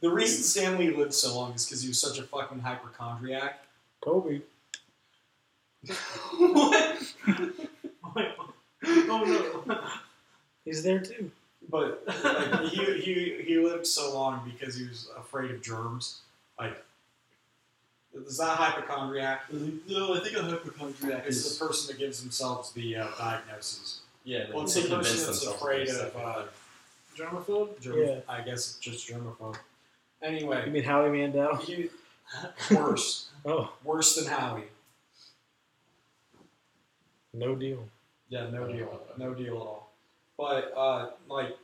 [SPEAKER 2] The reason Stan Lee lived so long is because he was such a fucking hypochondriac.
[SPEAKER 5] Kobe.
[SPEAKER 6] what?
[SPEAKER 2] oh no!
[SPEAKER 5] He's there too.
[SPEAKER 2] But like, he, he he lived so long because he was afraid of germs. Like, is that hypochondriac?
[SPEAKER 6] No, I think a hypochondriac
[SPEAKER 2] Is the person that gives themselves the uh, diagnosis
[SPEAKER 6] Yeah, they
[SPEAKER 2] Well, it's
[SPEAKER 6] they
[SPEAKER 2] the
[SPEAKER 6] convince
[SPEAKER 2] person that's
[SPEAKER 6] themselves
[SPEAKER 2] afraid
[SPEAKER 6] it's
[SPEAKER 2] of,
[SPEAKER 6] like-
[SPEAKER 2] uh, germaphobe? Germ-
[SPEAKER 5] Yeah.
[SPEAKER 2] I guess just germaphobe.
[SPEAKER 5] You
[SPEAKER 2] Anyway,
[SPEAKER 5] mean Howie Mandel?
[SPEAKER 2] he, worse,
[SPEAKER 5] Oh,
[SPEAKER 2] worse than Howie.
[SPEAKER 5] no deal.
[SPEAKER 2] Yeah, no deal, no deal at all. But uh, like,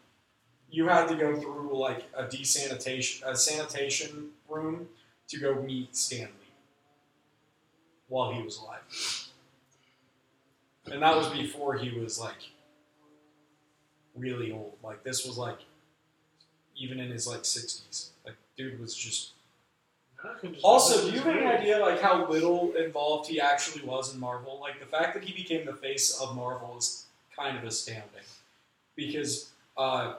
[SPEAKER 2] you had to go through like a desanitation, a sanitation room to go meet Stanley while he was alive, and that was before he was like really old. Like this was like even in his like sixties. Like dude was just. Also, do you have any idea like how little involved he actually was in Marvel? Like the fact that he became the face of Marvel is kind of astounding, because uh,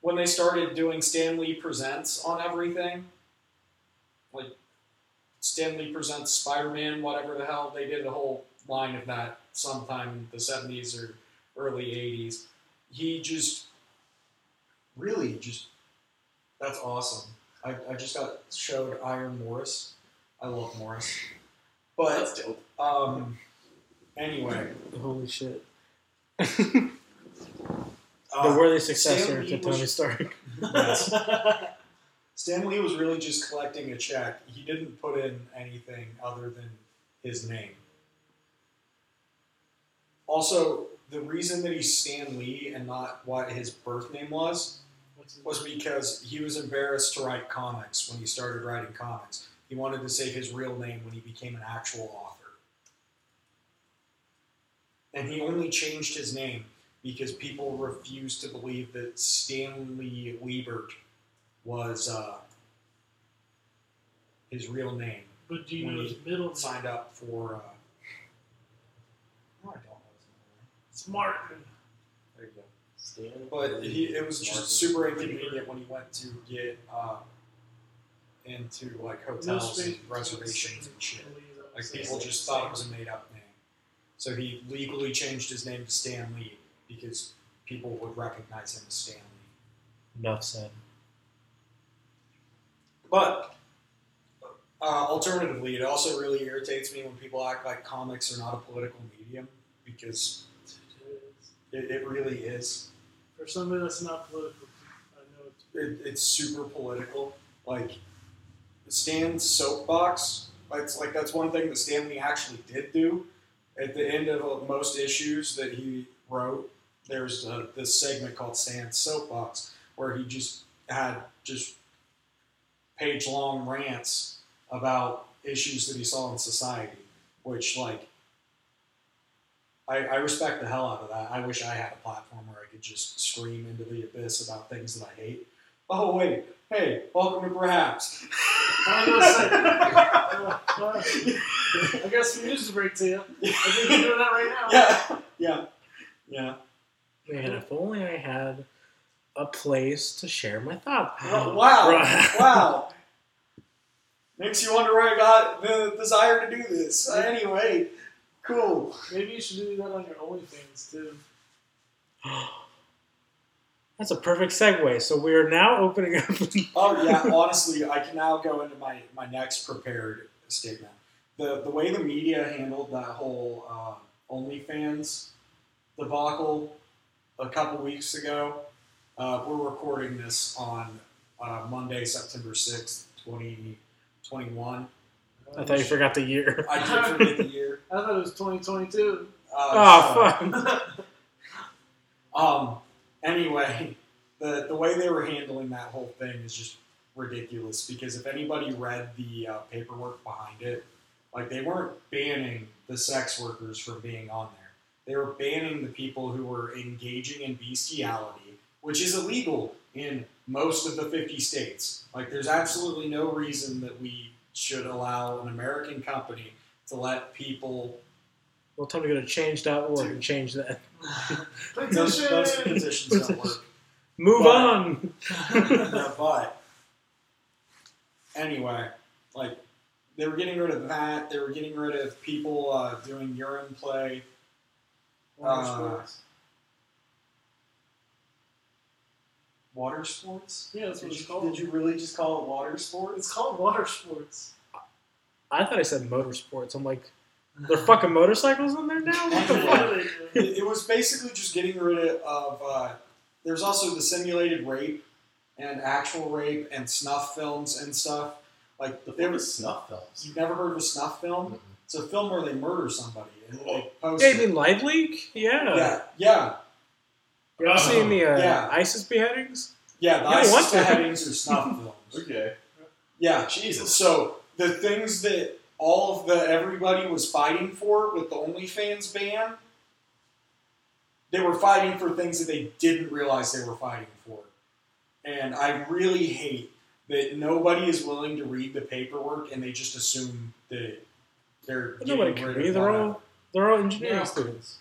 [SPEAKER 2] when they started doing Stan Lee Presents on everything, like Stan Lee Presents Spider-Man, whatever the hell they did a whole line of that sometime in the seventies or early eighties. He just really just that's awesome. I, I just got showed Iron Morris. I love Morris. But
[SPEAKER 6] That's dope.
[SPEAKER 2] um anyway.
[SPEAKER 5] Holy shit.
[SPEAKER 2] uh,
[SPEAKER 5] the worthy successor
[SPEAKER 2] Stan Lee
[SPEAKER 5] to Tony
[SPEAKER 2] uh, was-
[SPEAKER 5] Stark.
[SPEAKER 2] yes. Stan Lee was really just collecting a check. He didn't put in anything other than his name. Also, the reason that he's Stan Lee and not what his birth name was was because he was embarrassed to write comics when he started writing comics. He wanted to save his real name when he became an actual author. And he only changed his name because people refused to believe that Stanley Liebert was uh, his real name.
[SPEAKER 3] But do you know his middle name?
[SPEAKER 2] Signed up for. Uh, no, I don't know his name.
[SPEAKER 3] It's Martin.
[SPEAKER 2] There you go.
[SPEAKER 6] Stan
[SPEAKER 2] But
[SPEAKER 6] Lee
[SPEAKER 2] he, it was
[SPEAKER 6] Martin.
[SPEAKER 2] just super inconvenient when he went to get uh, into like hotels and reservations and shit. Like people just thought it was a made up name. So he legally changed his name to Stan Lee because people would recognize him as Stan Lee.
[SPEAKER 5] Enough said.
[SPEAKER 2] But uh, alternatively, it also really irritates me when people act like comics are not a political medium because it, it really is.
[SPEAKER 3] For somebody that's not political, I know it's
[SPEAKER 2] it, it's super political. Like Stan's soapbox. It's like that's one thing that Stanley actually did do. At the end of uh, most issues that he wrote, there's a, this segment called Stan's soapbox where he just had just page long rants about issues that he saw in society, which like. I, I respect the hell out of that. I wish I had a platform where I could just scream into the abyss about things that I hate. Oh wait, hey, welcome to Perhaps.
[SPEAKER 3] I I got some news to break to you. I think you're doing that right now.
[SPEAKER 2] yeah, yeah, yeah.
[SPEAKER 5] Man, if only I had a place to share my thoughts.
[SPEAKER 2] Wow, wow,
[SPEAKER 5] Bruh.
[SPEAKER 2] wow. Makes you wonder where I got the desire to do this. Uh, Anyway, cool.
[SPEAKER 3] Maybe you should do that on your OnlyFans too.
[SPEAKER 5] That's a perfect segue. So we are now opening up.
[SPEAKER 2] Oh yeah, honestly, I can now go into my, my next prepared statement. The the way the media handled that whole uh, OnlyFans debacle a couple weeks ago. Uh, we're recording this on uh, Monday, September sixth, twenty twenty one.
[SPEAKER 5] I thought you forgot the year.
[SPEAKER 2] I did forget the year.
[SPEAKER 3] I thought it was 2022.
[SPEAKER 2] Uh,
[SPEAKER 5] Oh,
[SPEAKER 2] so-
[SPEAKER 5] fuck.
[SPEAKER 2] Um. Anyway, the the way they were handling that whole thing is just ridiculous because if anybody read the uh, paperwork behind it, like they weren't banning the sex workers from being on there. They were banning the people who were engaging in bestiality, which is illegal in most of the 50 states. Like there's absolutely no reason that we should allow an American company to let people
[SPEAKER 5] Well, tell me to go to change.org and change that.
[SPEAKER 2] those, those
[SPEAKER 3] Petition!
[SPEAKER 2] petitions don't work.
[SPEAKER 5] Move
[SPEAKER 2] But-
[SPEAKER 5] on.
[SPEAKER 2] Yeah, but anyway, like They were getting rid of that. They were getting rid of people uh, doing urine play.
[SPEAKER 5] Water
[SPEAKER 2] Uh,
[SPEAKER 5] sports.
[SPEAKER 2] Water sports?
[SPEAKER 3] Yeah, that's what
[SPEAKER 2] Did
[SPEAKER 3] it's
[SPEAKER 2] you,
[SPEAKER 3] called.
[SPEAKER 2] did you really just call it water sports?
[SPEAKER 3] It's called water sports.
[SPEAKER 5] I thought I said motorsports. I'm like, they're fucking motorcycles in there now. What the fuck?
[SPEAKER 3] Why
[SPEAKER 2] it, it was basically just getting rid of. Uh, there's also the simulated rape and actual rape and snuff films and stuff. Like
[SPEAKER 6] The
[SPEAKER 2] there
[SPEAKER 6] fuck
[SPEAKER 2] was,
[SPEAKER 6] is snuff films?
[SPEAKER 2] you've never heard of a snuff film?
[SPEAKER 6] Mm-mm.
[SPEAKER 2] It's a film where they murder somebody and they post
[SPEAKER 5] Yeah,
[SPEAKER 2] it.
[SPEAKER 5] you mean Light Leak? Yeah.
[SPEAKER 2] yeah, yeah,
[SPEAKER 5] You ever seen the uh,
[SPEAKER 2] Yeah.
[SPEAKER 5] ISIS beheadings?
[SPEAKER 2] yeah. The
[SPEAKER 5] You don't want
[SPEAKER 2] ISIS
[SPEAKER 5] to.
[SPEAKER 2] headings are snuff films.
[SPEAKER 6] Okay.
[SPEAKER 2] Yeah,
[SPEAKER 6] Jesus.
[SPEAKER 2] So the things that all of the everybody was fighting for with the OnlyFans ban, they were fighting for things that they didn't realize they were fighting for. And I really hate that nobody is willing to read the paperwork and they just assume that they're
[SPEAKER 5] But
[SPEAKER 2] getting
[SPEAKER 5] nobody
[SPEAKER 2] rid
[SPEAKER 5] can
[SPEAKER 2] of
[SPEAKER 5] be. They're
[SPEAKER 2] that.
[SPEAKER 5] all they're all engineering
[SPEAKER 6] Yeah.
[SPEAKER 5] students.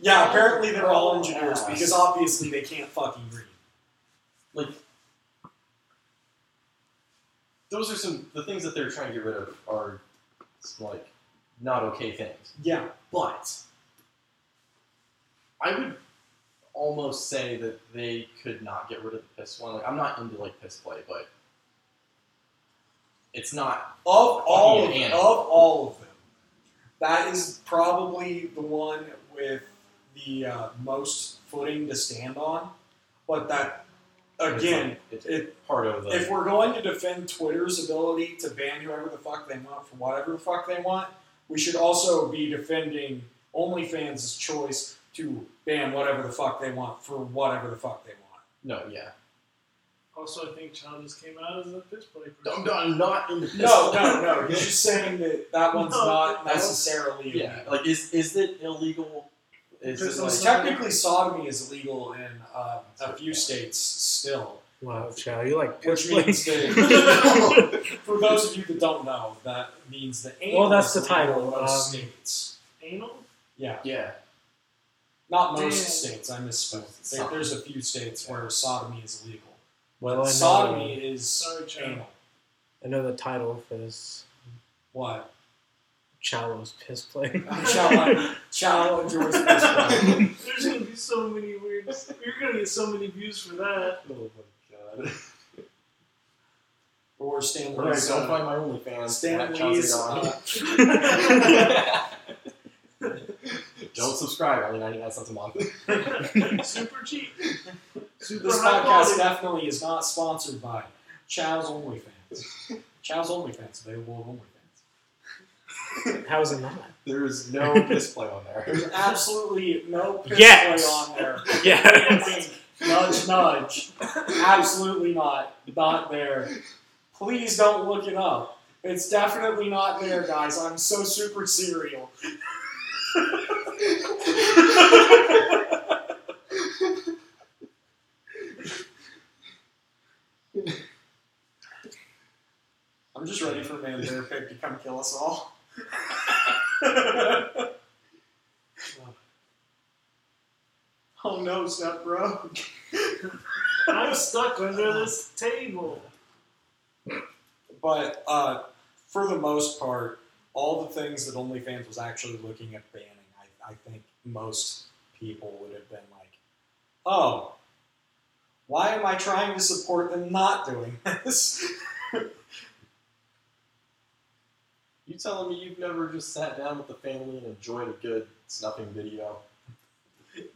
[SPEAKER 2] Yeah, apparently they're all engineers
[SPEAKER 6] Ass.
[SPEAKER 2] because obviously they can't fucking read.
[SPEAKER 6] Like, those are some the things that they're trying to get rid of are like not okay things.
[SPEAKER 2] Yeah.
[SPEAKER 6] But I would almost say that they could not get rid of the piss one. Like I'm not into like piss play, but it's not.
[SPEAKER 2] Of all
[SPEAKER 6] Fucking
[SPEAKER 2] of,
[SPEAKER 6] animal.
[SPEAKER 2] of all of them, that is probably the one with the uh, most footing to stand on. But that
[SPEAKER 6] it's
[SPEAKER 2] again,
[SPEAKER 6] like- it's
[SPEAKER 2] it,
[SPEAKER 6] part of the.
[SPEAKER 2] if we're going to defend Twitter's ability to ban whoever the fuck they want for whatever the fuck they want, we should also be defending OnlyFans' choice to ban whatever the fuck they want for whatever the fuck they want.
[SPEAKER 6] no, yeah,
[SPEAKER 3] Also, I think Child just came out as a pitch play.
[SPEAKER 6] I'm not, I'm not into piss.
[SPEAKER 2] No,
[SPEAKER 6] play.
[SPEAKER 2] no, no. You're just saying that that one's
[SPEAKER 3] No,
[SPEAKER 2] not
[SPEAKER 6] that one's-
[SPEAKER 2] necessarily
[SPEAKER 6] Yeah, like is is it illegal? Is
[SPEAKER 3] Piss on
[SPEAKER 6] it like,
[SPEAKER 2] Because technically, sodomy is illegal in uh, a few states still,
[SPEAKER 5] Wow, child, you like
[SPEAKER 2] which
[SPEAKER 5] pitch
[SPEAKER 2] means
[SPEAKER 5] black.
[SPEAKER 2] that, for those of you that don't know, that means the anal.
[SPEAKER 5] Well, that's
[SPEAKER 2] is
[SPEAKER 5] the title,
[SPEAKER 2] illegal in most
[SPEAKER 5] um,
[SPEAKER 2] states.
[SPEAKER 3] Anal?
[SPEAKER 2] Yeah,
[SPEAKER 6] yeah,
[SPEAKER 2] not most
[SPEAKER 3] Damn.
[SPEAKER 2] states. I misspoke. There,
[SPEAKER 6] Sodomy.
[SPEAKER 2] there's a few states where sodomy is legal.
[SPEAKER 5] well, I know,
[SPEAKER 2] sodomy is
[SPEAKER 3] Sorry, Chad.
[SPEAKER 2] anal.
[SPEAKER 5] I know the title for this
[SPEAKER 2] What?
[SPEAKER 5] Chalo's piss play.
[SPEAKER 2] Chow, chow enjoys this one.
[SPEAKER 3] There's gonna be so many weird. You're gonna get so many views for that.
[SPEAKER 6] Oh my god.
[SPEAKER 2] Or Stan
[SPEAKER 6] Alright,
[SPEAKER 2] Lee's,
[SPEAKER 6] don't
[SPEAKER 2] uh,
[SPEAKER 6] find my OnlyFans.
[SPEAKER 2] Stan
[SPEAKER 6] at
[SPEAKER 2] Lee's,
[SPEAKER 6] Chauncey
[SPEAKER 2] uh,
[SPEAKER 6] Don. don't subscribe. Only ninety nine cents a month.
[SPEAKER 3] Super cheap. Super
[SPEAKER 2] This
[SPEAKER 3] high
[SPEAKER 2] podcast
[SPEAKER 3] quality.
[SPEAKER 2] definitely is not sponsored by Chow's OnlyFans. Chow's OnlyFans available at OnlyFans.
[SPEAKER 5] How is it not?
[SPEAKER 6] There is no display on there.
[SPEAKER 2] There's absolutely no piss
[SPEAKER 5] Yes.
[SPEAKER 2] play on there.
[SPEAKER 5] Yeah.
[SPEAKER 2] nudge, nudge. Absolutely not. Not there. Please don't look it up. It's definitely not there, guys. I'm so super serial. I'm just ready for Man Bear Pig to come kill us all. oh no, Step Bro.
[SPEAKER 3] I'm stuck under this table.
[SPEAKER 2] But uh, for the most part, all the things that OnlyFans was actually looking at banning, I, I think most people would have been like, oh, why am I trying to support them not doing this?
[SPEAKER 6] You telling me you've never just sat down with the family and enjoyed a good snuffing video?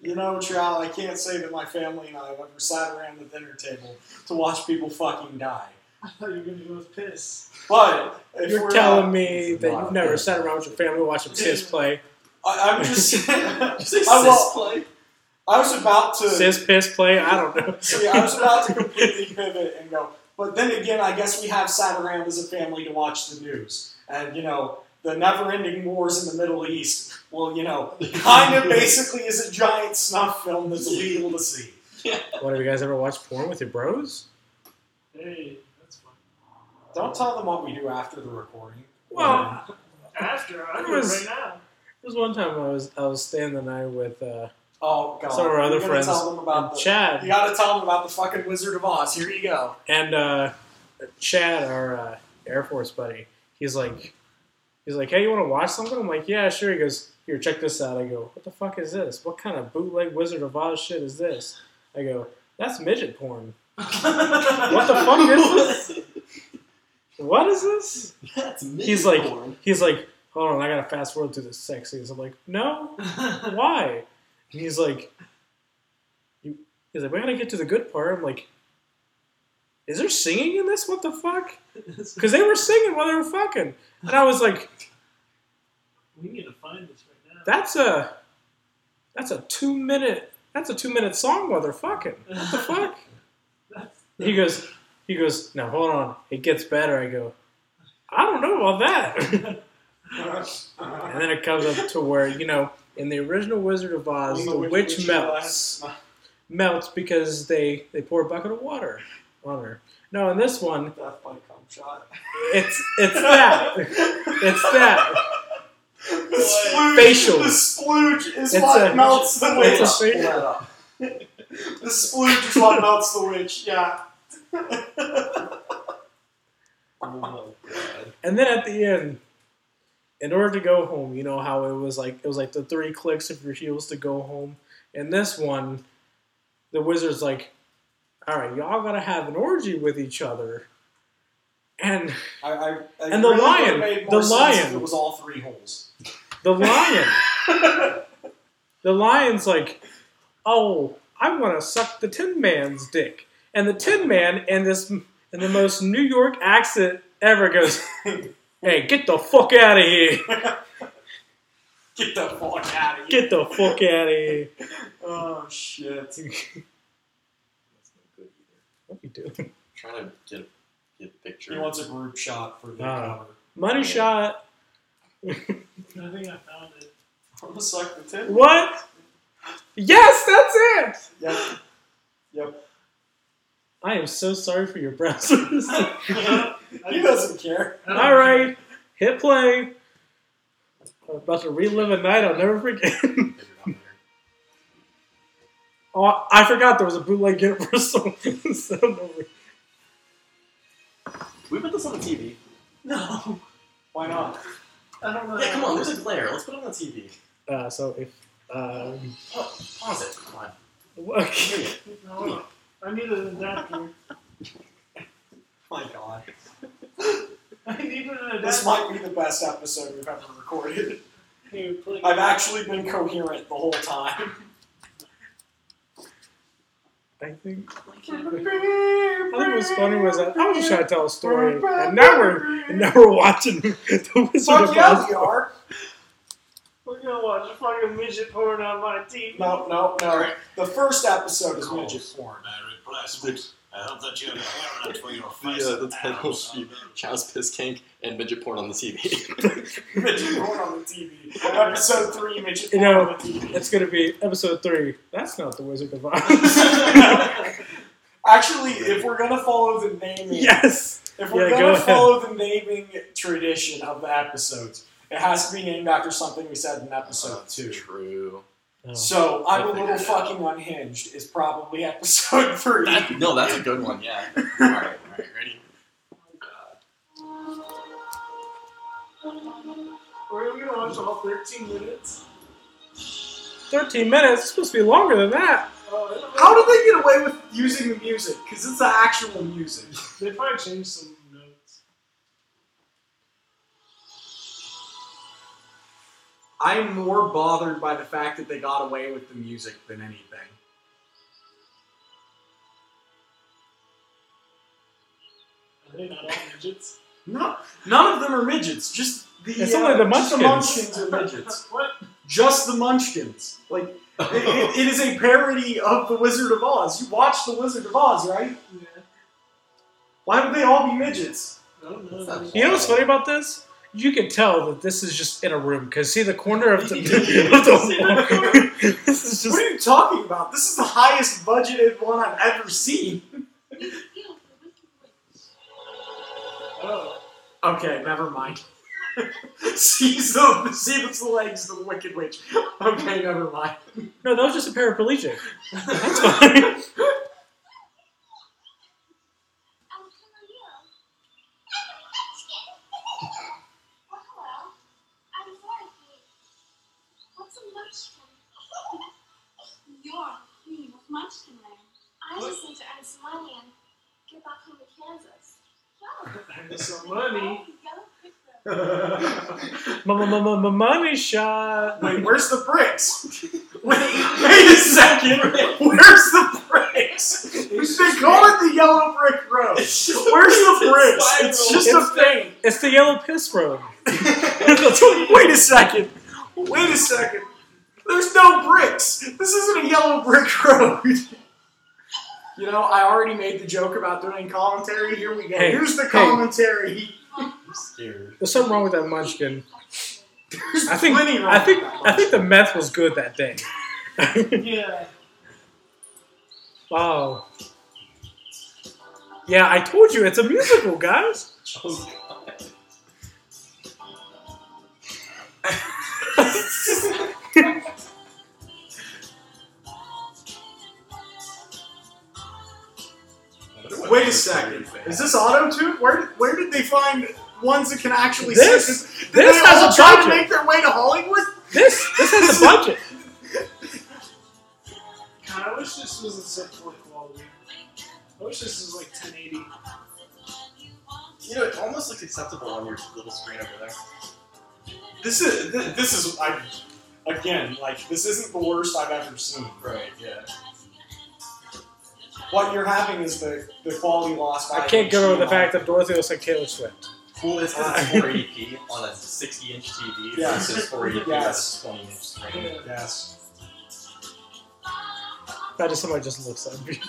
[SPEAKER 2] you know, Chow, I can't say that my family and I have ever sat around the dinner table to watch people fucking die.
[SPEAKER 3] I thought you were gonna go with piss.
[SPEAKER 2] But if
[SPEAKER 5] You're
[SPEAKER 2] we're
[SPEAKER 5] telling
[SPEAKER 2] not-
[SPEAKER 5] me that you've never sat around with your family watching piss play.
[SPEAKER 2] I, I'm just.
[SPEAKER 6] Did you say
[SPEAKER 2] I will-
[SPEAKER 6] sis play?
[SPEAKER 2] I was about to.
[SPEAKER 5] Sis piss play? I don't know.
[SPEAKER 2] See, I was about to completely pivot and go, but then again, I guess we have sat around as a family to watch the news. And, you know, the never ending wars in the Middle East, well, you know, kind of basically is a giant snuff film that's illegal to see.
[SPEAKER 5] What have you guys ever watched porn with your bros?
[SPEAKER 3] Hey, that's fine.
[SPEAKER 2] Don't tell them what we do after the recording.
[SPEAKER 5] Well,
[SPEAKER 3] After I
[SPEAKER 5] It
[SPEAKER 3] do it
[SPEAKER 5] was-
[SPEAKER 3] right now.
[SPEAKER 5] There's one time I was I was staying the night with uh,
[SPEAKER 2] oh, God.
[SPEAKER 5] some of our other
[SPEAKER 2] You're gonna
[SPEAKER 5] friends
[SPEAKER 2] Tell them about
[SPEAKER 5] and
[SPEAKER 2] the,
[SPEAKER 5] Chad,
[SPEAKER 2] you gotta tell them about the fucking Wizard of Oz. Here you go.
[SPEAKER 5] and uh, Chad, our uh, Air Force buddy, he's like, he's like, hey, you want to watch something? I'm like, yeah, sure. He goes, here, check this out. I go, what the fuck is this? What kind of bootleg Wizard of Oz shit is this? I go, that's midget porn. What the fuck is this? What is this?
[SPEAKER 6] That's
[SPEAKER 5] He's like- He's like, hold on, I gotta fast forward through the sex scenes. I'm like, no, why? And he's like, you, he's like, we gotta get to the good part. I'm like, is there singing in this? What the fuck? Because they were singing while they were fucking, and I was like,
[SPEAKER 3] We need to find this right now.
[SPEAKER 5] that's a, that's a two minute, that's a two minute song while they're fucking. What the fuck?
[SPEAKER 3] That's-
[SPEAKER 5] He goes, he goes, no, hold on, it gets better. I go, I don't know about that. And then it comes up to where, you know, in the original Wizard of Oz, the, witch, melts. Melts because they, they pour a bucket of water on her. No, in this one,
[SPEAKER 2] Death by cum shot.
[SPEAKER 5] it's it's that. It's that.
[SPEAKER 2] The splooge,
[SPEAKER 5] Facial.
[SPEAKER 2] The splooge is
[SPEAKER 5] It's
[SPEAKER 2] what
[SPEAKER 5] a-
[SPEAKER 2] melts the witch.
[SPEAKER 5] It's a facial.
[SPEAKER 2] The splooge is what melts the witch. Yeah.
[SPEAKER 6] oh my god.
[SPEAKER 5] And then at the end, in order to go home, you know how it was like it was like the three clicks of your heels to go home. In this one, the wizard's like, Alright, y'all gotta have an orgy with each other. And
[SPEAKER 2] I, I, I
[SPEAKER 5] And the
[SPEAKER 2] really
[SPEAKER 5] lion,
[SPEAKER 2] would've made more
[SPEAKER 5] the
[SPEAKER 2] sense if
[SPEAKER 5] lion.
[SPEAKER 2] It was all three holes.
[SPEAKER 5] The lion. the lion's like, oh, I want to suck the Tin Man's dick, and the Tin Man in this in the most New York accent ever goes, hey, get the fuck out of here,
[SPEAKER 2] Get the fuck out of here.
[SPEAKER 5] get the fuck out of here.
[SPEAKER 2] Oh shit.
[SPEAKER 6] That's no good either.
[SPEAKER 5] What you doing?
[SPEAKER 6] trying to get a, get a picture.
[SPEAKER 2] He wants a group shot for the
[SPEAKER 5] Ah.
[SPEAKER 2] cover.
[SPEAKER 5] Money shot.
[SPEAKER 3] I think I found it.
[SPEAKER 2] I'm gonna suck the tip.
[SPEAKER 5] What? Yes, that's it.
[SPEAKER 2] Yep.
[SPEAKER 5] I am so sorry for your browsers.
[SPEAKER 2] he doesn't care.
[SPEAKER 5] All right, hit play. I'm about to relive a night I'll never forget.
[SPEAKER 6] Get it on there.
[SPEAKER 5] Oh, I forgot there was a bootleg Universal. so no-
[SPEAKER 6] Can we put this on the TV?
[SPEAKER 2] No. Why not?
[SPEAKER 3] I don't know.
[SPEAKER 6] Yeah, come on. There's a glare. Let's put it on the TV.
[SPEAKER 5] uh, so if um,
[SPEAKER 6] Pa- Pause it. Come on.
[SPEAKER 5] okay.
[SPEAKER 6] Period.
[SPEAKER 3] Hold on. I need an adapter.
[SPEAKER 2] My God.
[SPEAKER 3] I need an adapter.
[SPEAKER 2] This might be the best episode we've ever recorded.
[SPEAKER 3] Here, play.
[SPEAKER 2] I've actually been coherent the whole time.
[SPEAKER 5] I think I think
[SPEAKER 2] think
[SPEAKER 5] what's funny was that I was just trying to tell a story, and now we're and now we're watching the Wizard
[SPEAKER 2] Fuck
[SPEAKER 5] of
[SPEAKER 2] yeah,
[SPEAKER 5] Oz.
[SPEAKER 2] we are.
[SPEAKER 3] We're gonna watch a fucking midget porn on my TV.
[SPEAKER 2] No, no, no. The first episode is midget
[SPEAKER 7] Calls.
[SPEAKER 2] porn.
[SPEAKER 7] I replacement. I hope that you have a warrant for your face.
[SPEAKER 6] Yeah, that's how
[SPEAKER 7] and
[SPEAKER 6] it
[SPEAKER 7] arms
[SPEAKER 6] should be.
[SPEAKER 7] on the-
[SPEAKER 6] Chow's piss kink and midget porn on the TV.
[SPEAKER 2] Midget porn on the TV. Episode three, midget
[SPEAKER 5] You
[SPEAKER 2] porn
[SPEAKER 5] know-
[SPEAKER 2] on the TV.
[SPEAKER 5] It's gonna be episode three. That's not the Wizard of Oz.
[SPEAKER 2] Actually, if we're gonna follow the naming,
[SPEAKER 5] yes.
[SPEAKER 2] if we're
[SPEAKER 5] Yeah, go
[SPEAKER 2] gonna
[SPEAKER 5] ahead.
[SPEAKER 2] follow the naming tradition of the episodes, it has to be named after something we said in episode
[SPEAKER 6] That's
[SPEAKER 2] two.
[SPEAKER 6] True.
[SPEAKER 2] So I'm a
[SPEAKER 6] I'll
[SPEAKER 2] little
[SPEAKER 6] figure it out.
[SPEAKER 2] fucking unhinged is probably episode three.
[SPEAKER 6] That, no, that's a good one. Yeah. All right. All right. Ready?
[SPEAKER 3] We're gonna watch all 13 minutes.
[SPEAKER 5] Thirteen minutes. It's supposed to be longer than that.
[SPEAKER 3] Uh,
[SPEAKER 2] How did they get away with using the music? Because it's the actual music.
[SPEAKER 3] they? They probably changed some notes.
[SPEAKER 2] I'm more bothered by the fact that they got away with the music than anything.
[SPEAKER 3] Are they not all midgets?
[SPEAKER 2] No, none of them are midgets. Just the uh,
[SPEAKER 5] It's only the
[SPEAKER 2] just
[SPEAKER 5] Munchkins.
[SPEAKER 2] the munchkins are midgets.
[SPEAKER 3] what?
[SPEAKER 2] Just the munchkins. Like it, it, it is a parody of the Wizard of Oz. You watch the Wizard of Oz, right?
[SPEAKER 3] Yeah.
[SPEAKER 2] Why would they all be midgets?
[SPEAKER 3] I don't
[SPEAKER 6] That's not
[SPEAKER 3] know.
[SPEAKER 6] bad.
[SPEAKER 5] You know what's funny about this? You can tell that this is just in a room because see the corner of the, of the this is just
[SPEAKER 2] What are you talking about? This is the highest budgeted one I've ever seen.
[SPEAKER 3] Oh.
[SPEAKER 2] Okay, never mind. She's the she was the legs of the Wicked Witch. Okay, never mind.
[SPEAKER 5] No, that was just a paraplegic. That's fine.
[SPEAKER 8] need to earn some money and get back home to Kansas. Wow.
[SPEAKER 2] Earn some money.
[SPEAKER 5] Money shot.
[SPEAKER 2] Wait, where's the bricks? Wait, wait a second. Where's the bricks? They call it the yellow brick road. Where's the bricks? It's just a thing.
[SPEAKER 5] It's the yellow piss road.
[SPEAKER 2] Wait a second. Wait a second. There's no bricks. This isn't a yellow brick road. You know, I already made the joke about doing commentary. Here we go.
[SPEAKER 5] Hey,
[SPEAKER 2] Here's the
[SPEAKER 5] hey.
[SPEAKER 2] commentary.
[SPEAKER 6] I'm scared.
[SPEAKER 5] There's something wrong with that munchkin.
[SPEAKER 2] There's
[SPEAKER 5] I think.
[SPEAKER 2] plenty wrong
[SPEAKER 5] I think.
[SPEAKER 2] about
[SPEAKER 5] I think the meth was good that day.
[SPEAKER 3] Yeah.
[SPEAKER 5] oh. Yeah, I told you it's a musical, guys.
[SPEAKER 6] Oh, God.
[SPEAKER 2] it. Wait a second. Is this auto tune? Where where did they find ones that can actually sing?
[SPEAKER 5] This-
[SPEAKER 2] Did
[SPEAKER 5] this
[SPEAKER 2] they
[SPEAKER 5] has
[SPEAKER 2] all
[SPEAKER 5] a
[SPEAKER 2] try to
[SPEAKER 5] budget.
[SPEAKER 2] make their way to Hollywood?
[SPEAKER 5] This. This has a budget.
[SPEAKER 3] God, I wish this wasn't so poor quality. I wish this was like 1080.
[SPEAKER 6] You know, it almost looks acceptable on your little screen over there.
[SPEAKER 2] This is th- this is I again like this isn't the worst I've ever seen.
[SPEAKER 6] Right, yeah.
[SPEAKER 2] What you're having is the, the quality loss. by
[SPEAKER 5] I can't get over the
[SPEAKER 2] HD.
[SPEAKER 5] fact that Dorothy looks like Taylor Swift.
[SPEAKER 6] Well, it's 'cause it's 480p on a 60 inch TV
[SPEAKER 2] Yes.
[SPEAKER 6] versus 480p
[SPEAKER 2] Yes.
[SPEAKER 6] on a 20 inch screen.
[SPEAKER 2] Yes,
[SPEAKER 5] That just somebody just looks like me.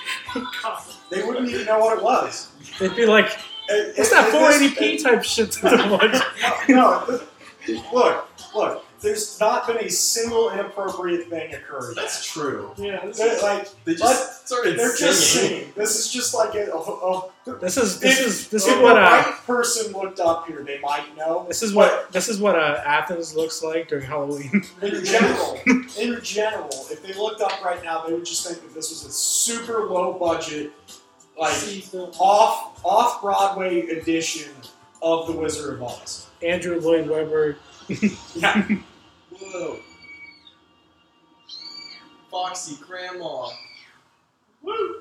[SPEAKER 2] they wouldn't even know what it was.
[SPEAKER 5] They'd be like,
[SPEAKER 2] It-
[SPEAKER 5] it's
[SPEAKER 2] it-
[SPEAKER 5] that
[SPEAKER 2] it-
[SPEAKER 5] 480p
[SPEAKER 2] it-
[SPEAKER 5] type shit that they're watching.
[SPEAKER 2] No, no, it- look, look. There's not been a single inappropriate thing occurred.
[SPEAKER 6] That's true.
[SPEAKER 3] Yeah, this
[SPEAKER 2] They're,
[SPEAKER 3] is
[SPEAKER 2] like
[SPEAKER 6] They just started
[SPEAKER 2] they're
[SPEAKER 6] singing.
[SPEAKER 2] just singing. This is just like a, a, a
[SPEAKER 5] This is this
[SPEAKER 2] If-
[SPEAKER 5] is this
[SPEAKER 2] if
[SPEAKER 5] is what
[SPEAKER 2] the
[SPEAKER 5] uh
[SPEAKER 2] right person looked up here, they might know.
[SPEAKER 5] this is what this is what uh Athens looks like during Halloween.
[SPEAKER 2] In general, in general, if they looked up right now, they would just think that this was a super low budget, like
[SPEAKER 3] C-film.
[SPEAKER 2] off off Broadway edition of The Wizard of Oz.
[SPEAKER 5] Andrew Lloyd Webber.
[SPEAKER 2] Yeah,
[SPEAKER 6] Whoa. Foxy Grandma.
[SPEAKER 2] woo.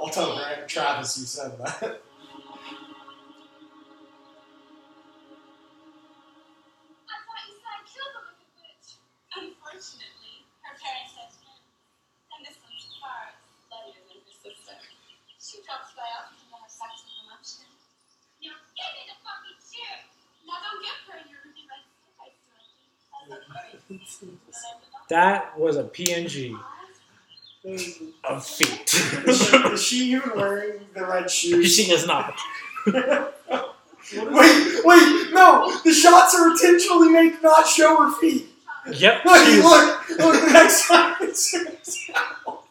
[SPEAKER 2] I'll tell Grant Travis you said that.
[SPEAKER 8] I thought you said I killed the wicked witch. Unfortunately, her parents had twins, and this one's far sluttier than her sister. She drops by often to have sex with the munchkin. Now give me the fucking chair. Now don't give her your ruby red stick I stole. That's okay. But I would not-
[SPEAKER 5] That was a PNG of feet.
[SPEAKER 2] Is she, is she even wearing the red shoes?
[SPEAKER 5] she is not.
[SPEAKER 2] Wait, wait, no! The shots are intentionally made to not show her feet.
[SPEAKER 5] Yep.
[SPEAKER 2] Look,
[SPEAKER 5] she is-
[SPEAKER 2] look, look, the next time it's it's out.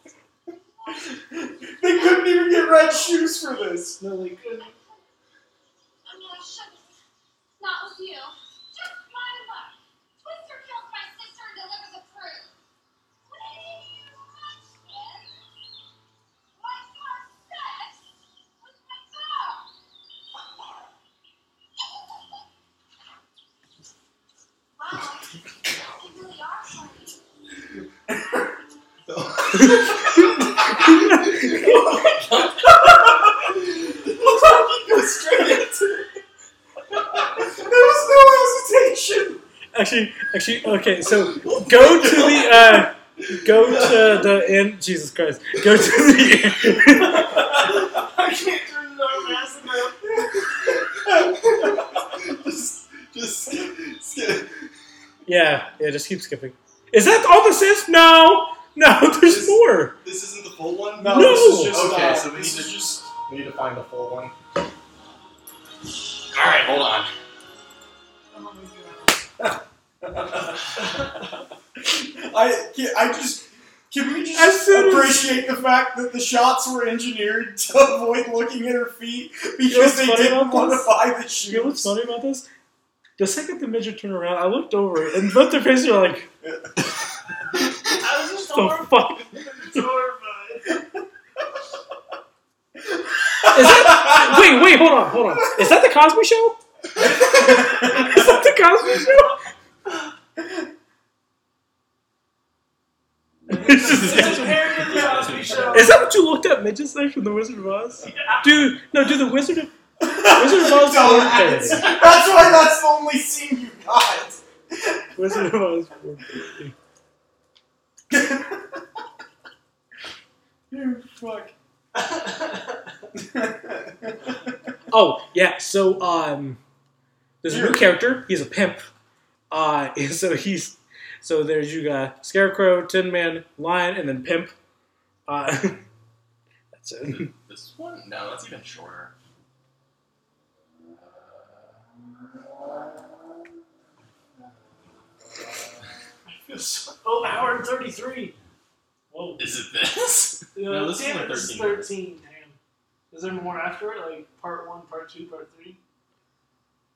[SPEAKER 2] They couldn't even get red shoes for this.
[SPEAKER 3] No, like, uh,
[SPEAKER 8] I mean, I shouldn't. Not with you. Just my luck. Twister kills my sister and delivers a crew. Please, Munchkin. Why do you have sex with my dog? Wow. You really are funny.
[SPEAKER 2] There was no hesitation.
[SPEAKER 5] Actually actually okay, so go to the uh go to the end Jesus Christ. Go to the
[SPEAKER 2] I can't turn another mask
[SPEAKER 6] Just, just skip.
[SPEAKER 5] Yeah, yeah, just keep skipping. Is that all this is? No! No, there's more.
[SPEAKER 6] This isn't the full one?
[SPEAKER 2] No, this is
[SPEAKER 5] No.
[SPEAKER 2] just.
[SPEAKER 6] Okay,
[SPEAKER 2] uh,
[SPEAKER 6] so we
[SPEAKER 2] this
[SPEAKER 6] need
[SPEAKER 2] is
[SPEAKER 6] to-
[SPEAKER 2] just.
[SPEAKER 6] We need to find the full one.
[SPEAKER 7] Alright, hold on.
[SPEAKER 2] I, can- I just. Can we
[SPEAKER 5] I
[SPEAKER 2] just
[SPEAKER 5] said it.
[SPEAKER 2] appreciate the fact that the shots were engineered to avoid looking at her feet because
[SPEAKER 5] what's
[SPEAKER 2] they
[SPEAKER 5] funny
[SPEAKER 2] didn't
[SPEAKER 5] about
[SPEAKER 2] want to
[SPEAKER 5] this?
[SPEAKER 2] buy the
[SPEAKER 5] You know what's
[SPEAKER 2] shoes?
[SPEAKER 5] funny about this? The second the midget turned around, I looked over and both their faces were like,
[SPEAKER 3] I was just
[SPEAKER 5] the
[SPEAKER 3] horrified.
[SPEAKER 5] fuck?
[SPEAKER 3] horrified.
[SPEAKER 5] Is that, wait, wait, hold on, hold on. Is that the Cosby Show? Is that the Cosby Show? It's just-
[SPEAKER 3] It's a parody of the Cosby Show.
[SPEAKER 5] is that haven't you looked up midget sex from The Wizard of Oz? Dude, no, do The Wizard of Wizard of Oz
[SPEAKER 2] Don't
[SPEAKER 5] porn
[SPEAKER 2] ask.
[SPEAKER 5] parody.
[SPEAKER 2] That's why that's the only scene you got.
[SPEAKER 5] Wizard of Oz porn parody.
[SPEAKER 2] You fuck.
[SPEAKER 5] Oh yeah, so um, there's a new character. He's a pimp. Uh, so he's so there's you got Scarecrow, Tin Man, Lion, and then Pimp. Uh, that's it.
[SPEAKER 6] This one? No, that's even shorter.
[SPEAKER 3] Oh, hour and 33. Whoa. Uh,
[SPEAKER 6] Is it this? No, this is
[SPEAKER 3] damn
[SPEAKER 6] only
[SPEAKER 3] it, this is
[SPEAKER 6] 13.
[SPEAKER 3] 13, damn. Is there more after it? Like part 1, part 2, part 3?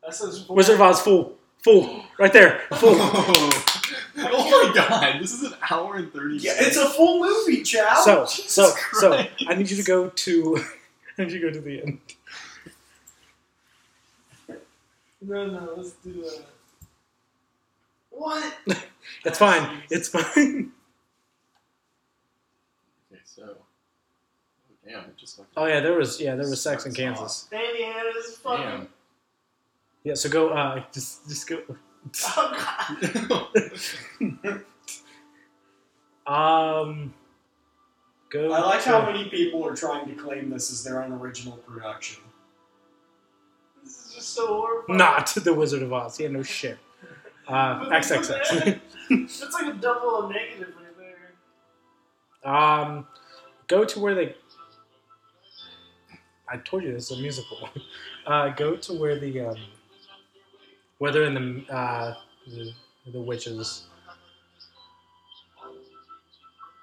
[SPEAKER 3] That says 4.
[SPEAKER 5] Wizard of Oz, fool, fool, right there, fool.
[SPEAKER 6] Oh. oh my god, this is an hour and 30
[SPEAKER 2] Yeah,
[SPEAKER 6] minutes.
[SPEAKER 2] it's a full movie, Chow.
[SPEAKER 5] So so
[SPEAKER 6] Oh, Jesus
[SPEAKER 5] so
[SPEAKER 6] Christ.
[SPEAKER 5] I need you to go to I need you to go to the end.
[SPEAKER 3] No, no, let's do that.
[SPEAKER 2] what?
[SPEAKER 5] That's fine. It's fine.
[SPEAKER 6] Okay, so. oh, Damn, it just fucking.
[SPEAKER 5] Oh yeah, there was yeah there was sex in Kansas.
[SPEAKER 3] Sandy had his fucking.
[SPEAKER 6] Damn.
[SPEAKER 5] Yeah, so go uh just just go.
[SPEAKER 3] Oh,
[SPEAKER 5] Um,
[SPEAKER 2] I
[SPEAKER 5] go.
[SPEAKER 2] like
[SPEAKER 5] to-
[SPEAKER 2] how many people are trying to claim this as their own original production.
[SPEAKER 3] This is just so horrifying.
[SPEAKER 5] not the Wizard of Oz. Yeah, no shit. Uh,
[SPEAKER 3] But it's
[SPEAKER 5] XXX.
[SPEAKER 3] That's like a double of negative right there.
[SPEAKER 5] um, go to where they. I told you this is a musical. Uh, go to where the um, where they're in the uh, the, the witches.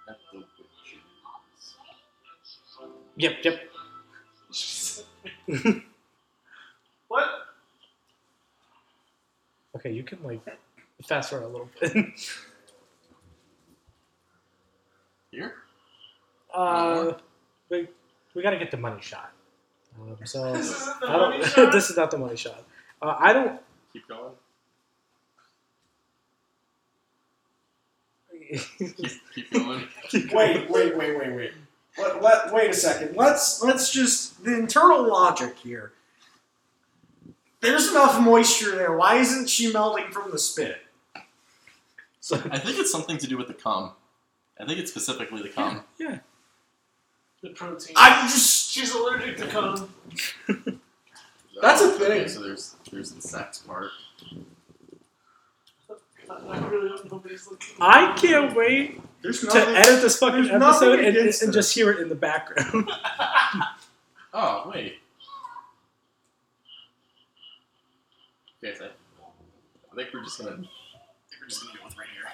[SPEAKER 6] At the witch.
[SPEAKER 5] Yep, yep.
[SPEAKER 3] What?
[SPEAKER 5] Okay, you can like fast forward a little bit.
[SPEAKER 6] Here?
[SPEAKER 5] Uh, we we gotta get the money shot. Um, so
[SPEAKER 3] This isn't the
[SPEAKER 5] I don't-
[SPEAKER 3] money shot?
[SPEAKER 5] this is not the money shot. Uh, I don't
[SPEAKER 6] Keep going. Keep, keep going.
[SPEAKER 2] Wait, wait, wait, wait, wait. Let, let, wait a second. Let's let's just the internal logic here. There's enough moisture there. Why isn't she melting from the spit?
[SPEAKER 5] so,
[SPEAKER 6] I think it's something to do with the cum. I think it's specifically the cum.
[SPEAKER 3] The protein.
[SPEAKER 2] I'm just
[SPEAKER 3] She's allergic to cum.
[SPEAKER 2] That's a
[SPEAKER 6] Okay,
[SPEAKER 2] thing.
[SPEAKER 6] so there's there's the sex part.
[SPEAKER 3] I- I really hope nobody's looking.
[SPEAKER 5] I can't wait
[SPEAKER 2] there's
[SPEAKER 5] to
[SPEAKER 2] nothing.
[SPEAKER 5] edit this fucking
[SPEAKER 2] there's nothing
[SPEAKER 5] episode and, and
[SPEAKER 2] against
[SPEAKER 5] just hear it in the background.
[SPEAKER 6] Oh wait. Okay, so I think we're just gonna I think we're just gonna go with right here.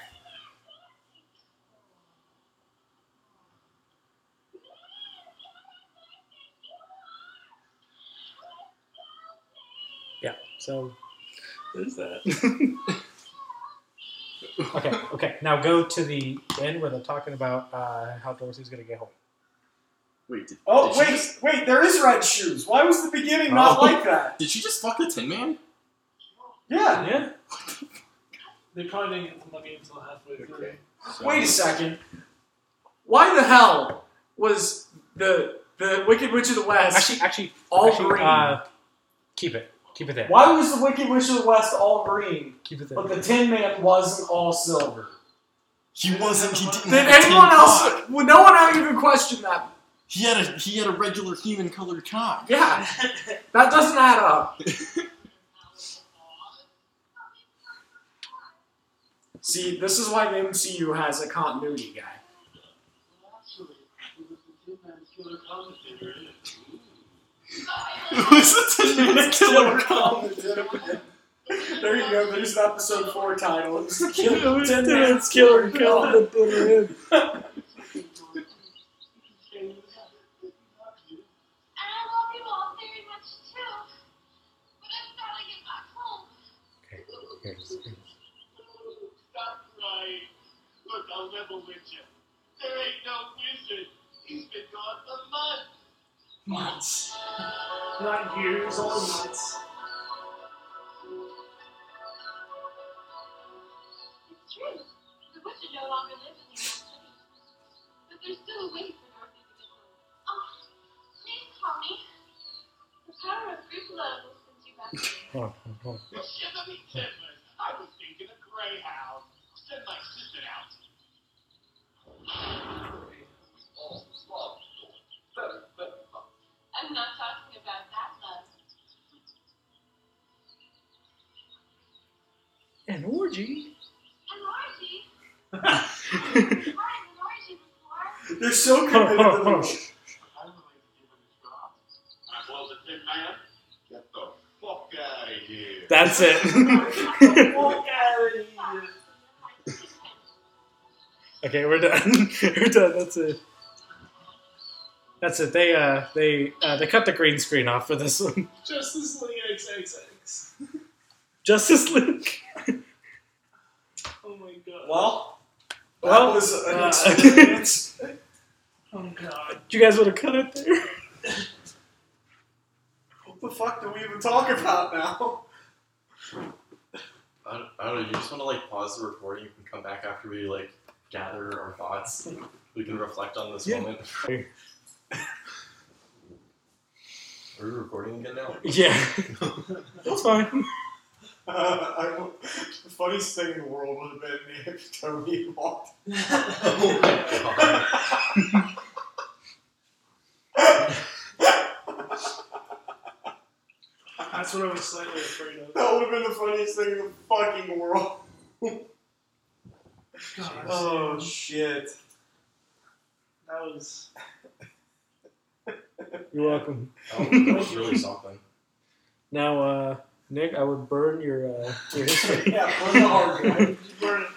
[SPEAKER 5] yeah. So there's that. okay. Okay. Now go to the end where they're talking about uh, how Dorothy's gonna get home.
[SPEAKER 6] Wait, did,
[SPEAKER 2] Oh
[SPEAKER 6] did
[SPEAKER 2] wait,
[SPEAKER 6] She just,
[SPEAKER 2] wait. There is red shoes. Why was the beginning not
[SPEAKER 6] Oh.
[SPEAKER 2] like that?
[SPEAKER 6] did she just fuck the Tin Man?
[SPEAKER 2] Yeah.
[SPEAKER 3] Yeah. They probably didn't get the money until halfway through.
[SPEAKER 6] Okay. So-
[SPEAKER 2] Wait a second. Why the hell was the the Wicked Witch of the West
[SPEAKER 5] Actually, actually,
[SPEAKER 2] all
[SPEAKER 5] actually,
[SPEAKER 2] green?
[SPEAKER 5] Uh, keep it. Keep it there.
[SPEAKER 2] Why was the Wicked Witch of the West all green,
[SPEAKER 5] Keep it there.
[SPEAKER 2] but the Tin Man wasn't all silver?
[SPEAKER 6] He wasn't. He didn't.
[SPEAKER 2] Did
[SPEAKER 6] have a tin
[SPEAKER 2] anyone
[SPEAKER 6] cock.
[SPEAKER 2] else? Would no one even question that?
[SPEAKER 6] He had a he had a regular human colored cock.
[SPEAKER 2] Yeah, that doesn't add up. See, this is why the MCU has a continuity guy.
[SPEAKER 6] It was the Tin Man's killer cock.
[SPEAKER 2] there you go. There's an episode four title. It's the
[SPEAKER 5] It
[SPEAKER 2] Killer
[SPEAKER 5] was
[SPEAKER 2] Tin
[SPEAKER 5] Tin
[SPEAKER 2] Man
[SPEAKER 5] Man's Killer
[SPEAKER 2] Killer.
[SPEAKER 5] Cock.
[SPEAKER 8] And I love you all very much too. But I'm gotta get back home.
[SPEAKER 5] Okay, here, just- here.
[SPEAKER 9] Stop crying. Look, I'll level with you. There ain't no wizard. He's been gone for months.
[SPEAKER 3] Months. Not years, all months.
[SPEAKER 8] It's true. The wizard no longer lives in the old city. But there's still a way for Dorothy to Ah, get home.
[SPEAKER 5] Hold on, hold on, hold on.
[SPEAKER 9] Shiver me timbers. I was thinking a greyhound. Send my sister out.
[SPEAKER 8] I'm not talking about that
[SPEAKER 5] An
[SPEAKER 8] love.
[SPEAKER 5] orgy?
[SPEAKER 8] An orgy?
[SPEAKER 5] hold
[SPEAKER 8] I've had an orgy before.
[SPEAKER 2] They're so
[SPEAKER 5] on, hold
[SPEAKER 2] committed
[SPEAKER 5] on,
[SPEAKER 2] to
[SPEAKER 5] hold on.
[SPEAKER 2] the
[SPEAKER 9] I would like to give it a shot. I was a thin man. Get the fuck out of here.
[SPEAKER 5] That's it.
[SPEAKER 2] Walk out of here.
[SPEAKER 5] okay, we're done. we're done. That's it. That's it. They uh they uh, they cut the green screen off for this one.
[SPEAKER 2] Justice League XXX.
[SPEAKER 5] Justice League.
[SPEAKER 2] Oh my god. Well, that
[SPEAKER 5] Well,
[SPEAKER 2] was an
[SPEAKER 5] uh,
[SPEAKER 2] experience.
[SPEAKER 3] Oh god.
[SPEAKER 5] You guys want to cut it there?
[SPEAKER 2] what the fuck do we even talk about now?
[SPEAKER 6] I don't, I don't know. You just want to like pause the recording. You can come back after we like gather our thoughts. We can reflect on this
[SPEAKER 5] Yeah.
[SPEAKER 6] moment. Are we recording again now?
[SPEAKER 5] Yeah. That's fine.
[SPEAKER 2] Uh, I w the funniest thing in the world would have been if Tony walked.
[SPEAKER 6] oh my god.
[SPEAKER 3] That's what I was slightly afraid of.
[SPEAKER 2] That would have been the funniest thing in the fucking world.
[SPEAKER 3] God,
[SPEAKER 2] Oh
[SPEAKER 3] that
[SPEAKER 2] shit.
[SPEAKER 3] was.
[SPEAKER 5] You're welcome.
[SPEAKER 6] That was- that was really something.
[SPEAKER 5] Now, uh, Nick, I would burn your uh, your history.
[SPEAKER 2] Yeah, burn the hard drive.
[SPEAKER 3] Burn it.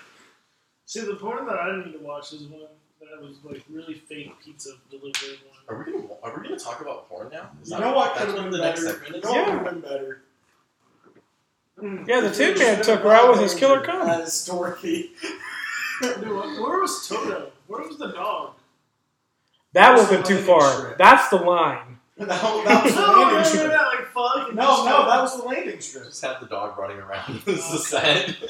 [SPEAKER 3] See, the porn that I need to watch is one that was like really fake pizza delivery one.
[SPEAKER 6] Are we gonna Are we gonna talk about porn now? Is
[SPEAKER 2] You
[SPEAKER 6] that-
[SPEAKER 2] know what
[SPEAKER 6] That's
[SPEAKER 2] could
[SPEAKER 6] what
[SPEAKER 2] have
[SPEAKER 6] the
[SPEAKER 2] been
[SPEAKER 6] next
[SPEAKER 2] better?
[SPEAKER 6] segment
[SPEAKER 2] You
[SPEAKER 6] is.
[SPEAKER 2] know what could have been better?
[SPEAKER 5] yeah, the Tin Man took her out with his killer
[SPEAKER 6] Uh,
[SPEAKER 5] cum.
[SPEAKER 2] As Dorothy.
[SPEAKER 3] Dude,
[SPEAKER 2] Mm.
[SPEAKER 3] what- where was Toto? Where was the dog?
[SPEAKER 5] That would have been too far. That's the line.
[SPEAKER 2] No, that was the
[SPEAKER 3] no, no,
[SPEAKER 2] landing
[SPEAKER 3] no,
[SPEAKER 2] strip.
[SPEAKER 3] no, like fuck.
[SPEAKER 2] No, no, that was the landing strip.
[SPEAKER 6] Just have the dog running around. this is the set.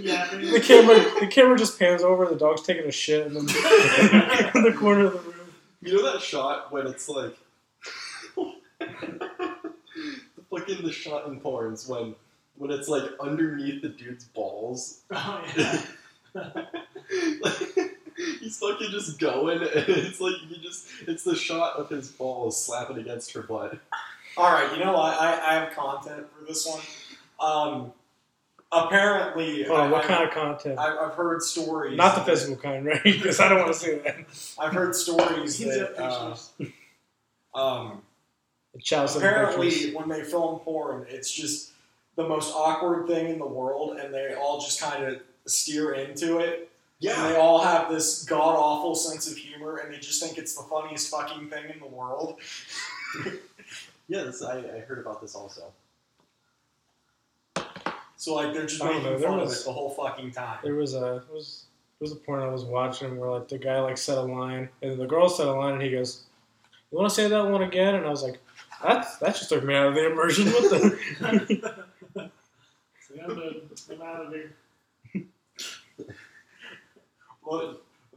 [SPEAKER 3] Yeah,
[SPEAKER 5] The camera, the camera just pans over. The dog's taking a shit in the, in the corner of the room.
[SPEAKER 6] You know that shot when it's like the fucking the shot in porns when when it's like underneath the dude's balls.
[SPEAKER 3] Oh, yeah.
[SPEAKER 6] Like, he's fucking just going and it's like you just it's the shot of his balls slapping against her butt.
[SPEAKER 2] All right, you know what? I, I have content for this one. Um, apparently,
[SPEAKER 5] Hold on,
[SPEAKER 2] I,
[SPEAKER 5] Oh, what kind of content?
[SPEAKER 2] I, I've heard stories.
[SPEAKER 5] Not the physical kind, right? Because I don't want to see that.
[SPEAKER 2] I've heard stories
[SPEAKER 3] He's
[SPEAKER 2] that uh,
[SPEAKER 3] pictures.
[SPEAKER 2] um,
[SPEAKER 5] The child's pictures.
[SPEAKER 2] apparently when they film porn, it's just the most awkward thing in the world, and they all just kind of steer into it. And they all have this god awful sense of humor, and they just think it's the funniest fucking thing in the world.
[SPEAKER 6] Yeah, this, I, I heard about this also.
[SPEAKER 2] So like they're just
[SPEAKER 5] I don't
[SPEAKER 2] making
[SPEAKER 5] know, there
[SPEAKER 2] fun
[SPEAKER 5] was-
[SPEAKER 2] of it the whole fucking time.
[SPEAKER 5] There was a it was it was a porn I was watching where like the guy like said a line and the girl said a line and he goes, "You want to say that one again?" And I was like, "That's that just took me out of the immersion." What the?
[SPEAKER 3] So I'm, uh, I'm out of here.
[SPEAKER 2] Well,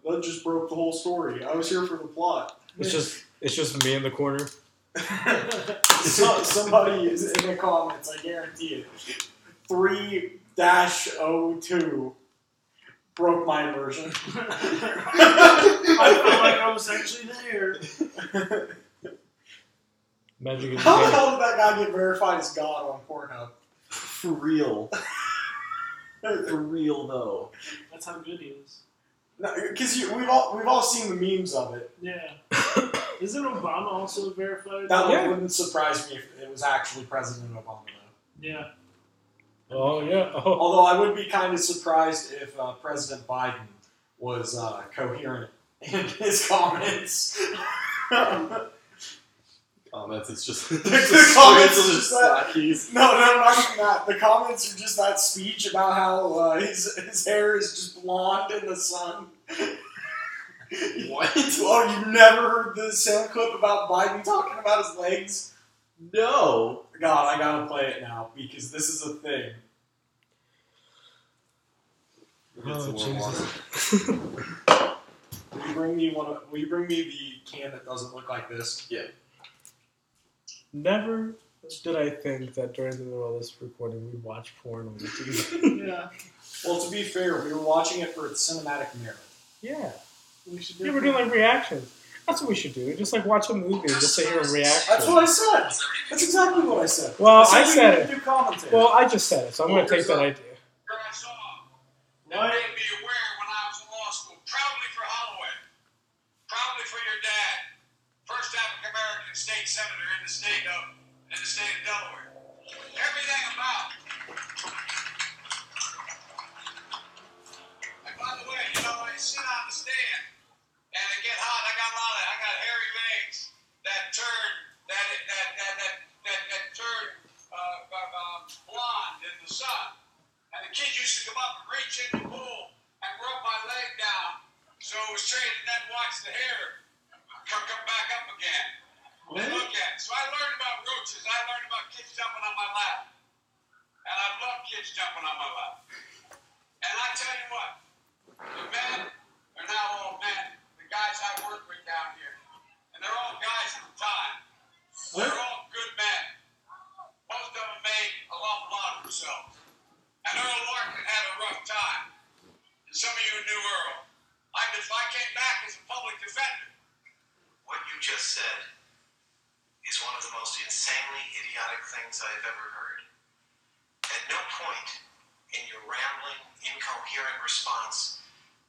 [SPEAKER 2] that just broke the whole story. I was here for the plot.
[SPEAKER 5] It's just it's just me in the corner.
[SPEAKER 2] so, somebody is in the comments, I guarantee it. 3 02 broke my immersion.
[SPEAKER 3] I felt like I was actually there.
[SPEAKER 5] Magic is
[SPEAKER 2] How the
[SPEAKER 5] the
[SPEAKER 2] hell did that guy get verified as God on Pornhub?
[SPEAKER 6] For real. For real though.
[SPEAKER 3] That's how good he is.
[SPEAKER 2] Because we've all we've all seen the memes of it.
[SPEAKER 3] Yeah. Isn't Obama also verified?
[SPEAKER 2] That
[SPEAKER 5] Yeah.
[SPEAKER 2] wouldn't surprise me if it was actually President Obama. Though.
[SPEAKER 3] yeah.
[SPEAKER 5] Oh yeah. Oh.
[SPEAKER 2] Although I would be kind of surprised if uh, President Biden was uh, coherent in his comments.
[SPEAKER 6] Comments, Um, it's just
[SPEAKER 2] The comments
[SPEAKER 6] it's
[SPEAKER 2] is that-
[SPEAKER 6] slackies.
[SPEAKER 2] No, no, not even that. The comments are just that speech about how uh, his his hair is just blonde in the sun.
[SPEAKER 6] What?
[SPEAKER 2] Oh, you never heard the sound clip about Biden talking about his legs?
[SPEAKER 6] No.
[SPEAKER 2] God, I gotta play it now because this is a thing.
[SPEAKER 5] Oh,
[SPEAKER 6] It's a little
[SPEAKER 5] Jesus.
[SPEAKER 6] water.
[SPEAKER 2] Will you bring me one? Of, will you bring me the can that doesn't look like this?
[SPEAKER 5] Never Did I think that during the middle of this recording we watched porn on the TV?
[SPEAKER 3] Yeah,
[SPEAKER 2] Well, to be fair, we were watching it for its cinematic merit.
[SPEAKER 5] yeah.
[SPEAKER 3] we should.
[SPEAKER 5] Yeah, we're doing like reactions. That's what we should do. Just like watch a movie and just sit here and react.
[SPEAKER 2] That's
[SPEAKER 5] to it.
[SPEAKER 2] what I said. That's exactly what I said.
[SPEAKER 5] Well, I
[SPEAKER 2] we
[SPEAKER 5] said
[SPEAKER 2] need to Do commentary.
[SPEAKER 5] Well, I just said it, so I'm going to take that idea.
[SPEAKER 9] Grass off. Now made me aware when I was in law school, probably for Holloway, probably for your dad, first African American state senator in the state of in the state of Delaware. Everything about. And by the way, you know I sit on the stand and I get hot. I got a lot of I got hairy legs that turn that that that that that, that turn uh, uh, uh, blonde in the sun. And the kids used to come up and reach in the pool and rub my leg down so it was straight and then watch the hair come, come back up again. And look at it. So I learned about roaches. I learned about kids jumping on my lap. And I love kids jumping on my lap. And I tell you what, the men are now all men. The guys I work with down here. And they're all guys at the time. They're all good men. Most of them made a lot lot of themselves. And Earl Larkin had a rough time. And some of you knew Earl. I, just, I came back as a public defender.
[SPEAKER 7] What you just said is one of the most insanely idiotic things I have ever heard. At no point in your rambling, incoherent response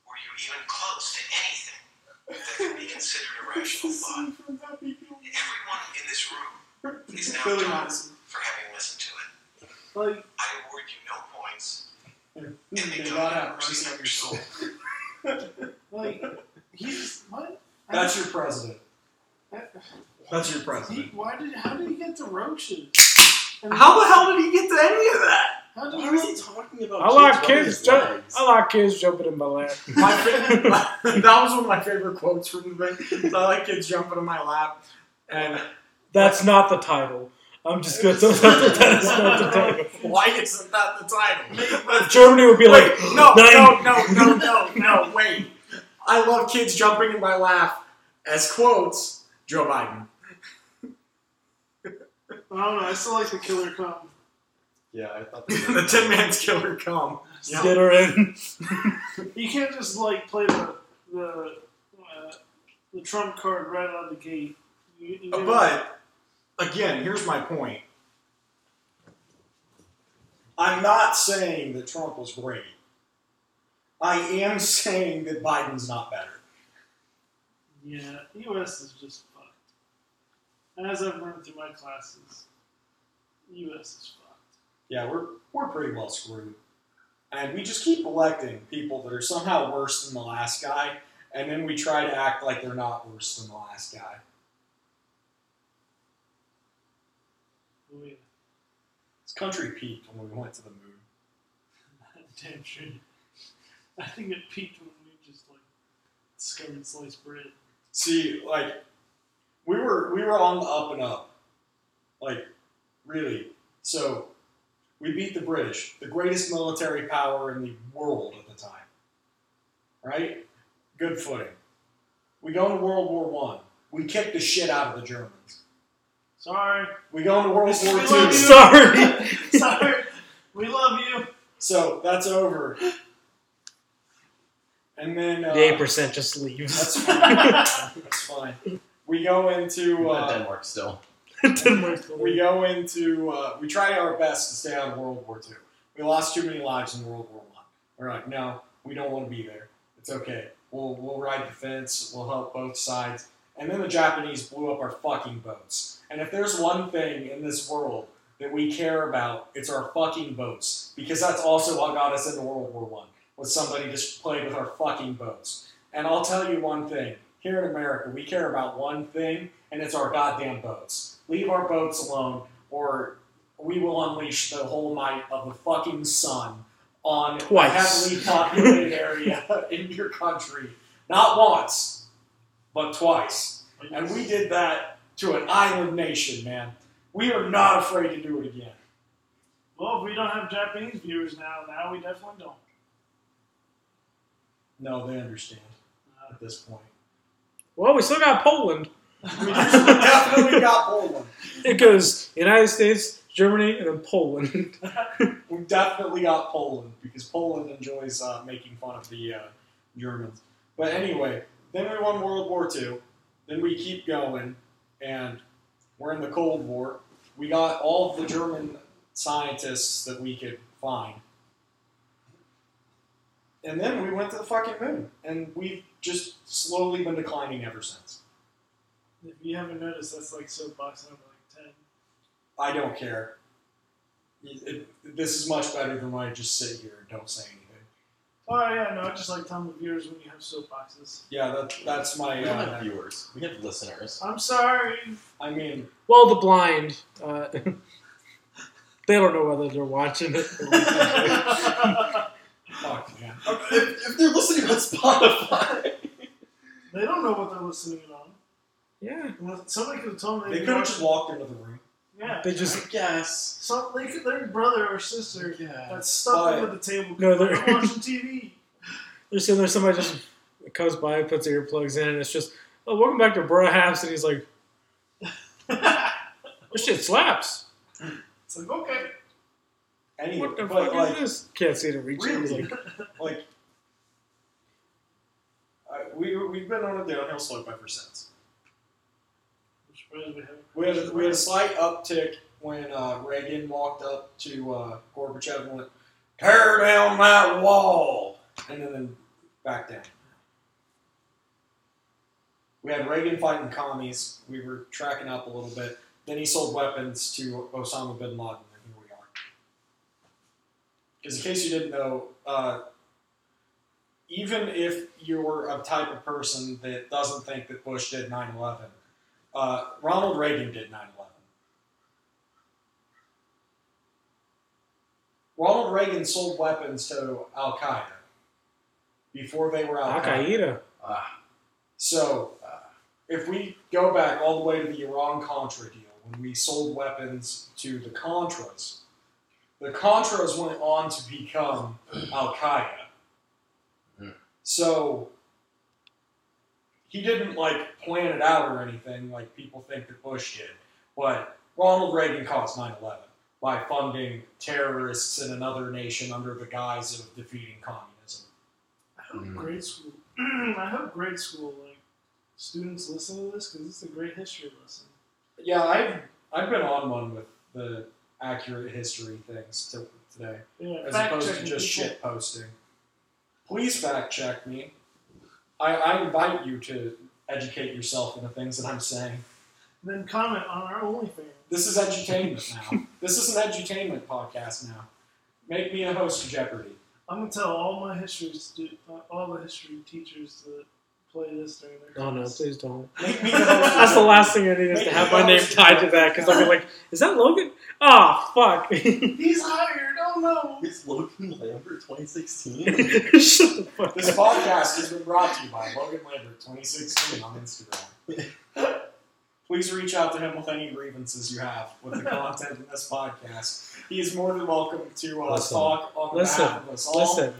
[SPEAKER 7] were you even close to anything that could be considered a rational thought. Everyone in this room is now
[SPEAKER 2] Billy
[SPEAKER 7] done
[SPEAKER 2] Madison.
[SPEAKER 7] for having listened to it.
[SPEAKER 2] Like,
[SPEAKER 7] I award you no points. And
[SPEAKER 2] they
[SPEAKER 7] may
[SPEAKER 2] got
[SPEAKER 7] God have
[SPEAKER 2] Mm, out
[SPEAKER 7] mercy on your soul.
[SPEAKER 6] Like, he's what?
[SPEAKER 2] That's your president.
[SPEAKER 6] That-
[SPEAKER 2] That's your
[SPEAKER 6] He,
[SPEAKER 2] president.
[SPEAKER 6] why did? How did he get to roaches? And
[SPEAKER 2] How the hell did he get to any of that?
[SPEAKER 6] How did, why was he talking
[SPEAKER 2] Oh,
[SPEAKER 6] about?
[SPEAKER 5] I like
[SPEAKER 6] rubbing
[SPEAKER 5] kids.
[SPEAKER 6] his
[SPEAKER 5] Ju-
[SPEAKER 6] legs?
[SPEAKER 5] I like kids jumping in my lap.
[SPEAKER 2] My favorite, that was one of my favorite quotes from the thing. So I like kids jumping on my lap, and
[SPEAKER 5] That's not the title. I'm just going to throw that. That's not the title.
[SPEAKER 2] Why isn't that the title?
[SPEAKER 5] Germany would be like,
[SPEAKER 2] Wait, no, no,
[SPEAKER 5] "Nine."
[SPEAKER 2] no, no, no, no, wait. I love kids jumping in my lap as quotes Joe Biden.
[SPEAKER 3] I don't know. I still like the killer cop.
[SPEAKER 6] Yeah, I thought
[SPEAKER 2] the Tin Man's Killer come. Yeah.
[SPEAKER 5] Get her in.
[SPEAKER 3] You can't just like play the the uh, the trump card right out of the gate. You, you gotta-
[SPEAKER 2] Uh, But again, here's my point. I'm not saying that Trump was great. I am saying that Biden's not better.
[SPEAKER 3] yeah, the U.S. is just fucked. And as I've learned through my classes, the U.S. is fucked.
[SPEAKER 2] Yeah, we're we're pretty well screwed. And we just keep electing people that are somehow worse than the last guy, and then we try to act like they're not worse than the last guy.
[SPEAKER 3] Oh yeah,
[SPEAKER 2] This country peaked when we went to the moon.
[SPEAKER 3] damn sure. I think it peaked when we just like discovered sliced bread.
[SPEAKER 2] See, like we were we were on the up and up. Like, really. So we beat the British, the greatest military power in the world at the time. Right? Good footing. We go into World War One. We kick the shit out of the Germans.
[SPEAKER 3] Sorry,
[SPEAKER 2] We go into World
[SPEAKER 3] We
[SPEAKER 2] War
[SPEAKER 3] love
[SPEAKER 2] II.
[SPEAKER 3] you.
[SPEAKER 5] Sorry.
[SPEAKER 3] sorry. we love you.
[SPEAKER 2] So that's over. And then uh,
[SPEAKER 5] The eight percent just leaves.
[SPEAKER 2] That's fine. that's fine. We go into
[SPEAKER 6] Not
[SPEAKER 2] uh,
[SPEAKER 6] Denmark still.
[SPEAKER 2] we go into uh, we try our best to stay out of World War II. We lost too many lives in World War One. We're like, no, we don't want to be there. It's okay. We'll we'll ride the fence. We'll help both sides. And then the Japanese blew up our fucking boats. And if there's one thing in this world that we care about, it's our fucking boats because that's also what got us into World War One. Was somebody just played with our fucking boats? And I'll tell you one thing. Here in America, we care about one thing, and it's our goddamn boats. Leave our boats alone, or we will unleash the whole might of the fucking sun on
[SPEAKER 5] Twice.
[SPEAKER 2] a heavily populated area in your country. Not once, but twice. And we did that to an island nation, man. We are not afraid to do it again.
[SPEAKER 3] Well, if we don't have Japanese viewers now, now we definitely don't.
[SPEAKER 2] No, they understand at this point.
[SPEAKER 5] Well, we still got Poland.
[SPEAKER 2] We definitely got Poland.
[SPEAKER 5] It goes United States, Germany, and then Poland.
[SPEAKER 2] We definitely got Poland because Poland enjoys uh, making fun of the uh, Germans. But anyway, then we won World War II. Then we keep going, and we're in the Cold War. We got all of the German scientists that we could find. And then we went to the fucking moon, and we've just slowly been declining ever since.
[SPEAKER 3] If you haven't noticed, that's like soapbox number like ten.
[SPEAKER 2] I don't care. It- it- this is much better than when I just sit here and don't say anything.
[SPEAKER 3] Oh yeah, no, I just like telling the viewers when you have soapboxes.
[SPEAKER 2] Yeah, that, that's my.
[SPEAKER 6] We don't have
[SPEAKER 2] Uh,
[SPEAKER 6] viewers. We have listeners.
[SPEAKER 3] I'm sorry.
[SPEAKER 2] I mean,
[SPEAKER 5] Well, the blind, uh, they don't know whether they're watching it. or listening to it.
[SPEAKER 3] they
[SPEAKER 2] fuck, man.
[SPEAKER 6] if, if they're listening on Spotify,
[SPEAKER 3] don't know what they're listening on.
[SPEAKER 5] yeah,
[SPEAKER 3] Unless- Somebody could have told me.
[SPEAKER 2] They could have just walked into the room.
[SPEAKER 3] Yeah.
[SPEAKER 5] they just
[SPEAKER 6] guess.
[SPEAKER 3] Some, they could, their brother or sister
[SPEAKER 6] Yeah.
[SPEAKER 3] that's stuck
[SPEAKER 2] But-
[SPEAKER 3] under the table.
[SPEAKER 5] No, they're-
[SPEAKER 3] they're watching TV.
[SPEAKER 5] they're sitting there. Somebody just comes by, puts their earplugs in, and it's just, "Oh, welcome back to Bro Haps," and he's like, "This shit slaps."
[SPEAKER 3] it's like okay.
[SPEAKER 2] Anyway,
[SPEAKER 5] What the
[SPEAKER 2] but
[SPEAKER 5] fuck
[SPEAKER 2] like,
[SPEAKER 5] is this? Can't see to reach. it. It's
[SPEAKER 2] really,
[SPEAKER 5] like,
[SPEAKER 2] like, I, we we've been on a downhill slope ever since.
[SPEAKER 3] I'm surprised we haven't-
[SPEAKER 2] We had we had a slight uptick when uh, Reagan walked up to uh, Gorbachev and went, "Tear down that wall," and then, then back down. We had Reagan fighting commies. We were tracking up a little bit. Then he sold weapons to Osama bin Laden, and here we are. Because in case you didn't know, uh, even if you're a type of person that doesn't think that Bush did 9/11, uh, Ronald Reagan did 9/11. Ronald Reagan sold weapons to Al Qaeda before they were Al
[SPEAKER 5] Al
[SPEAKER 2] Qaeda.
[SPEAKER 5] Qaeda.
[SPEAKER 6] Ah,
[SPEAKER 2] So, uh, if we go back all the way to the Iran Contra deal, when we sold weapons to the Contras, the Contras went on to become Al Qaeda.
[SPEAKER 6] Mm.
[SPEAKER 2] So, he didn't like plan it out or anything like people think that Bush did, but Ronald Reagan caused 9 11 by funding terrorists in another nation under the guise of defeating communism.
[SPEAKER 3] I hope
[SPEAKER 6] Mm.
[SPEAKER 3] grade school. I hope grade school like students listen to this because it's a great history lesson.
[SPEAKER 2] Yeah, I've I've been on one with the accurate history things to, today,
[SPEAKER 3] Yeah,
[SPEAKER 2] as
[SPEAKER 3] fact
[SPEAKER 2] opposed to
[SPEAKER 3] checking
[SPEAKER 2] just
[SPEAKER 3] people.
[SPEAKER 2] shit posting. Please fact check me. I, I invite you to educate yourself in the things that I'm saying.
[SPEAKER 3] Then comment on our OnlyFans.
[SPEAKER 2] This is edutainment now. this is an edutainment podcast now. Make me a host of Jeopardy.
[SPEAKER 3] I'm gonna tell all my history stu- uh, all the history teachers that play this during their.
[SPEAKER 5] Oh no,
[SPEAKER 3] classes.
[SPEAKER 5] please don't.
[SPEAKER 2] Make me the host. of
[SPEAKER 5] That's the
[SPEAKER 2] Jeopardy.
[SPEAKER 5] last thing I need is to have my name tied to that because I'll be like, "Is that Logan?" Ah, fuck.
[SPEAKER 3] He's hired. Oh no.
[SPEAKER 6] it's Logan Lambert 2016.
[SPEAKER 5] Shut the fuck
[SPEAKER 2] This
[SPEAKER 5] up.
[SPEAKER 2] podcast has been brought to you by Logan Lambert 2016 on Instagram. Please reach out to him with any grievances you have with the content in this podcast. He is more than welcome to uh,
[SPEAKER 6] Listen.
[SPEAKER 2] talk on
[SPEAKER 5] Listen.
[SPEAKER 2] behalf of us all.
[SPEAKER 5] Listen,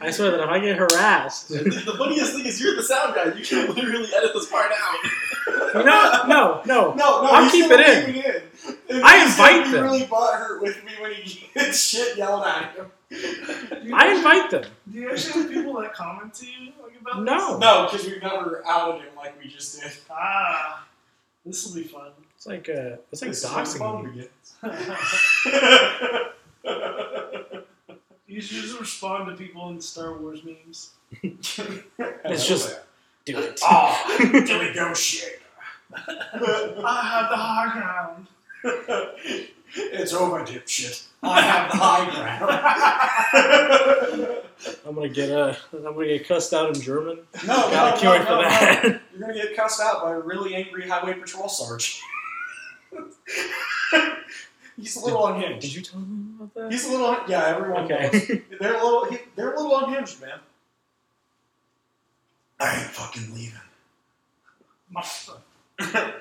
[SPEAKER 5] I swear that if I get harassed,
[SPEAKER 6] the the funniest thing is you're the sound guy. You can literally edit this part out.
[SPEAKER 5] no, no, no.
[SPEAKER 2] No, no,
[SPEAKER 5] I'll
[SPEAKER 2] he's
[SPEAKER 5] keep
[SPEAKER 2] gonna
[SPEAKER 5] it
[SPEAKER 2] keep it in. And
[SPEAKER 5] I
[SPEAKER 2] he's gonna
[SPEAKER 5] invite
[SPEAKER 2] be
[SPEAKER 5] them.
[SPEAKER 2] Really butthurt with me when he gets shit yelled at him.
[SPEAKER 3] Do you
[SPEAKER 5] I
[SPEAKER 3] actually-
[SPEAKER 5] invite them.
[SPEAKER 3] Do you actually have people that comment to you like about
[SPEAKER 5] No.
[SPEAKER 3] this?
[SPEAKER 2] No, because we've never outed him like we just did.
[SPEAKER 3] Ah, this will be fun.
[SPEAKER 5] It's like uh, it's like
[SPEAKER 2] This is when
[SPEAKER 5] doxing.
[SPEAKER 2] fun
[SPEAKER 5] me.
[SPEAKER 2] begins.
[SPEAKER 3] you should just respond to people in Star Wars memes.
[SPEAKER 5] It's just- Do it.
[SPEAKER 2] ah, there we go, shit.
[SPEAKER 3] I have the high ground.
[SPEAKER 2] it's over, dipshit. I have the high ground.
[SPEAKER 5] I'm gonna get uh, I'm gonna get cussed out in German.
[SPEAKER 2] no,
[SPEAKER 5] Got
[SPEAKER 2] no,
[SPEAKER 5] a cure
[SPEAKER 2] no,
[SPEAKER 5] for
[SPEAKER 2] no,
[SPEAKER 5] that.
[SPEAKER 2] no. You're gonna get cussed out by a really angry highway patrol sergeant. He's a little
[SPEAKER 5] Did
[SPEAKER 2] unhinged.
[SPEAKER 5] you tell them about that?
[SPEAKER 2] He's a little, yeah. Everyone knows.
[SPEAKER 5] okay.
[SPEAKER 2] They're a little, he, they're a little unhinged, man. I ain't fucking leaving.
[SPEAKER 3] My-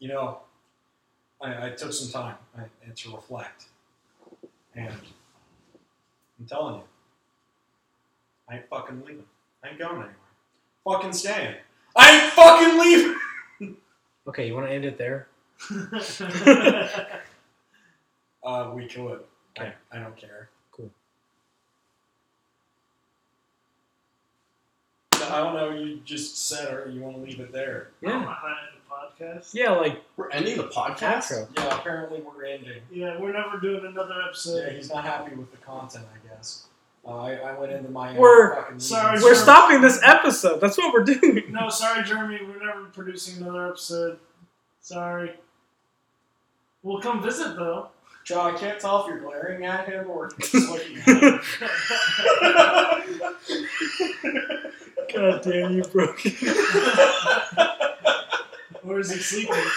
[SPEAKER 2] you know, I, I took some time I, and to reflect. And I'm telling you, I ain't fucking leaving. I ain't going anywhere. Fucking staying. I ain't fucking leaving!
[SPEAKER 5] okay, you want to end it there?
[SPEAKER 2] Uh, we could.
[SPEAKER 5] Okay.
[SPEAKER 2] I, I don't care.
[SPEAKER 5] Cool.
[SPEAKER 2] No, I don't know. You just said, or you want to leave it there?
[SPEAKER 3] I'm
[SPEAKER 5] Yeah.
[SPEAKER 3] not hiding the podcast.
[SPEAKER 5] Yeah, like
[SPEAKER 6] We're ending the podcast.
[SPEAKER 5] outro.
[SPEAKER 2] Yeah. Apparently, we're ending.
[SPEAKER 3] Yeah, we're never doing another episode.
[SPEAKER 2] Yeah, he's not happy with the content. I guess. Uh, I, I went into my.
[SPEAKER 5] We're-
[SPEAKER 2] fucking
[SPEAKER 3] Sorry,
[SPEAKER 2] meetings.
[SPEAKER 5] We're stopping this episode. That's what we're doing.
[SPEAKER 3] No, sorry, Jeremy. We're never producing another episode. Sorry. We'll come visit though.
[SPEAKER 2] John, I can't tell if you're glaring at him or if you're just looking at him.
[SPEAKER 5] God damn you, broke.
[SPEAKER 3] Or is he sleeping?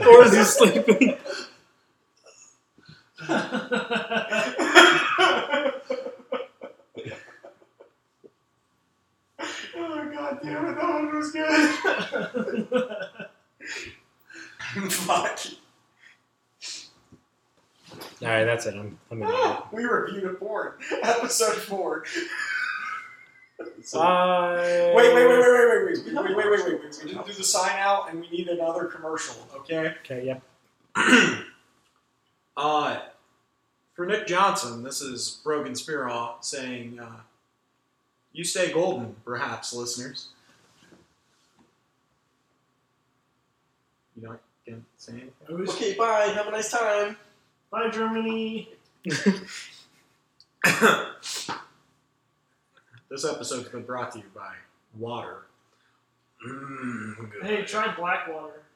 [SPEAKER 5] or is he sleeping?
[SPEAKER 2] Oh god damn it! That one was good. Fuck.
[SPEAKER 5] All right, that's it. I'm. I'm in.
[SPEAKER 2] we reviewed a porn. Episode four.
[SPEAKER 5] Bye.
[SPEAKER 2] Wait, wait, wait, wait, wait, wait, wait, wait, wait, wait, wait, wait. We didn't do the sign out, and we need another commercial. Okay.
[SPEAKER 5] Okay. Yep.
[SPEAKER 2] Uh, for Nick Johnson, this is Brogan Spearaw saying, uh, "You stay golden, perhaps, listeners." You don't can say anything.
[SPEAKER 6] Okay, bye. Have a nice time.
[SPEAKER 3] Bye, Germany.
[SPEAKER 2] This episode's been brought to you by Water. Mm, good.
[SPEAKER 3] Hey, try Blackwater.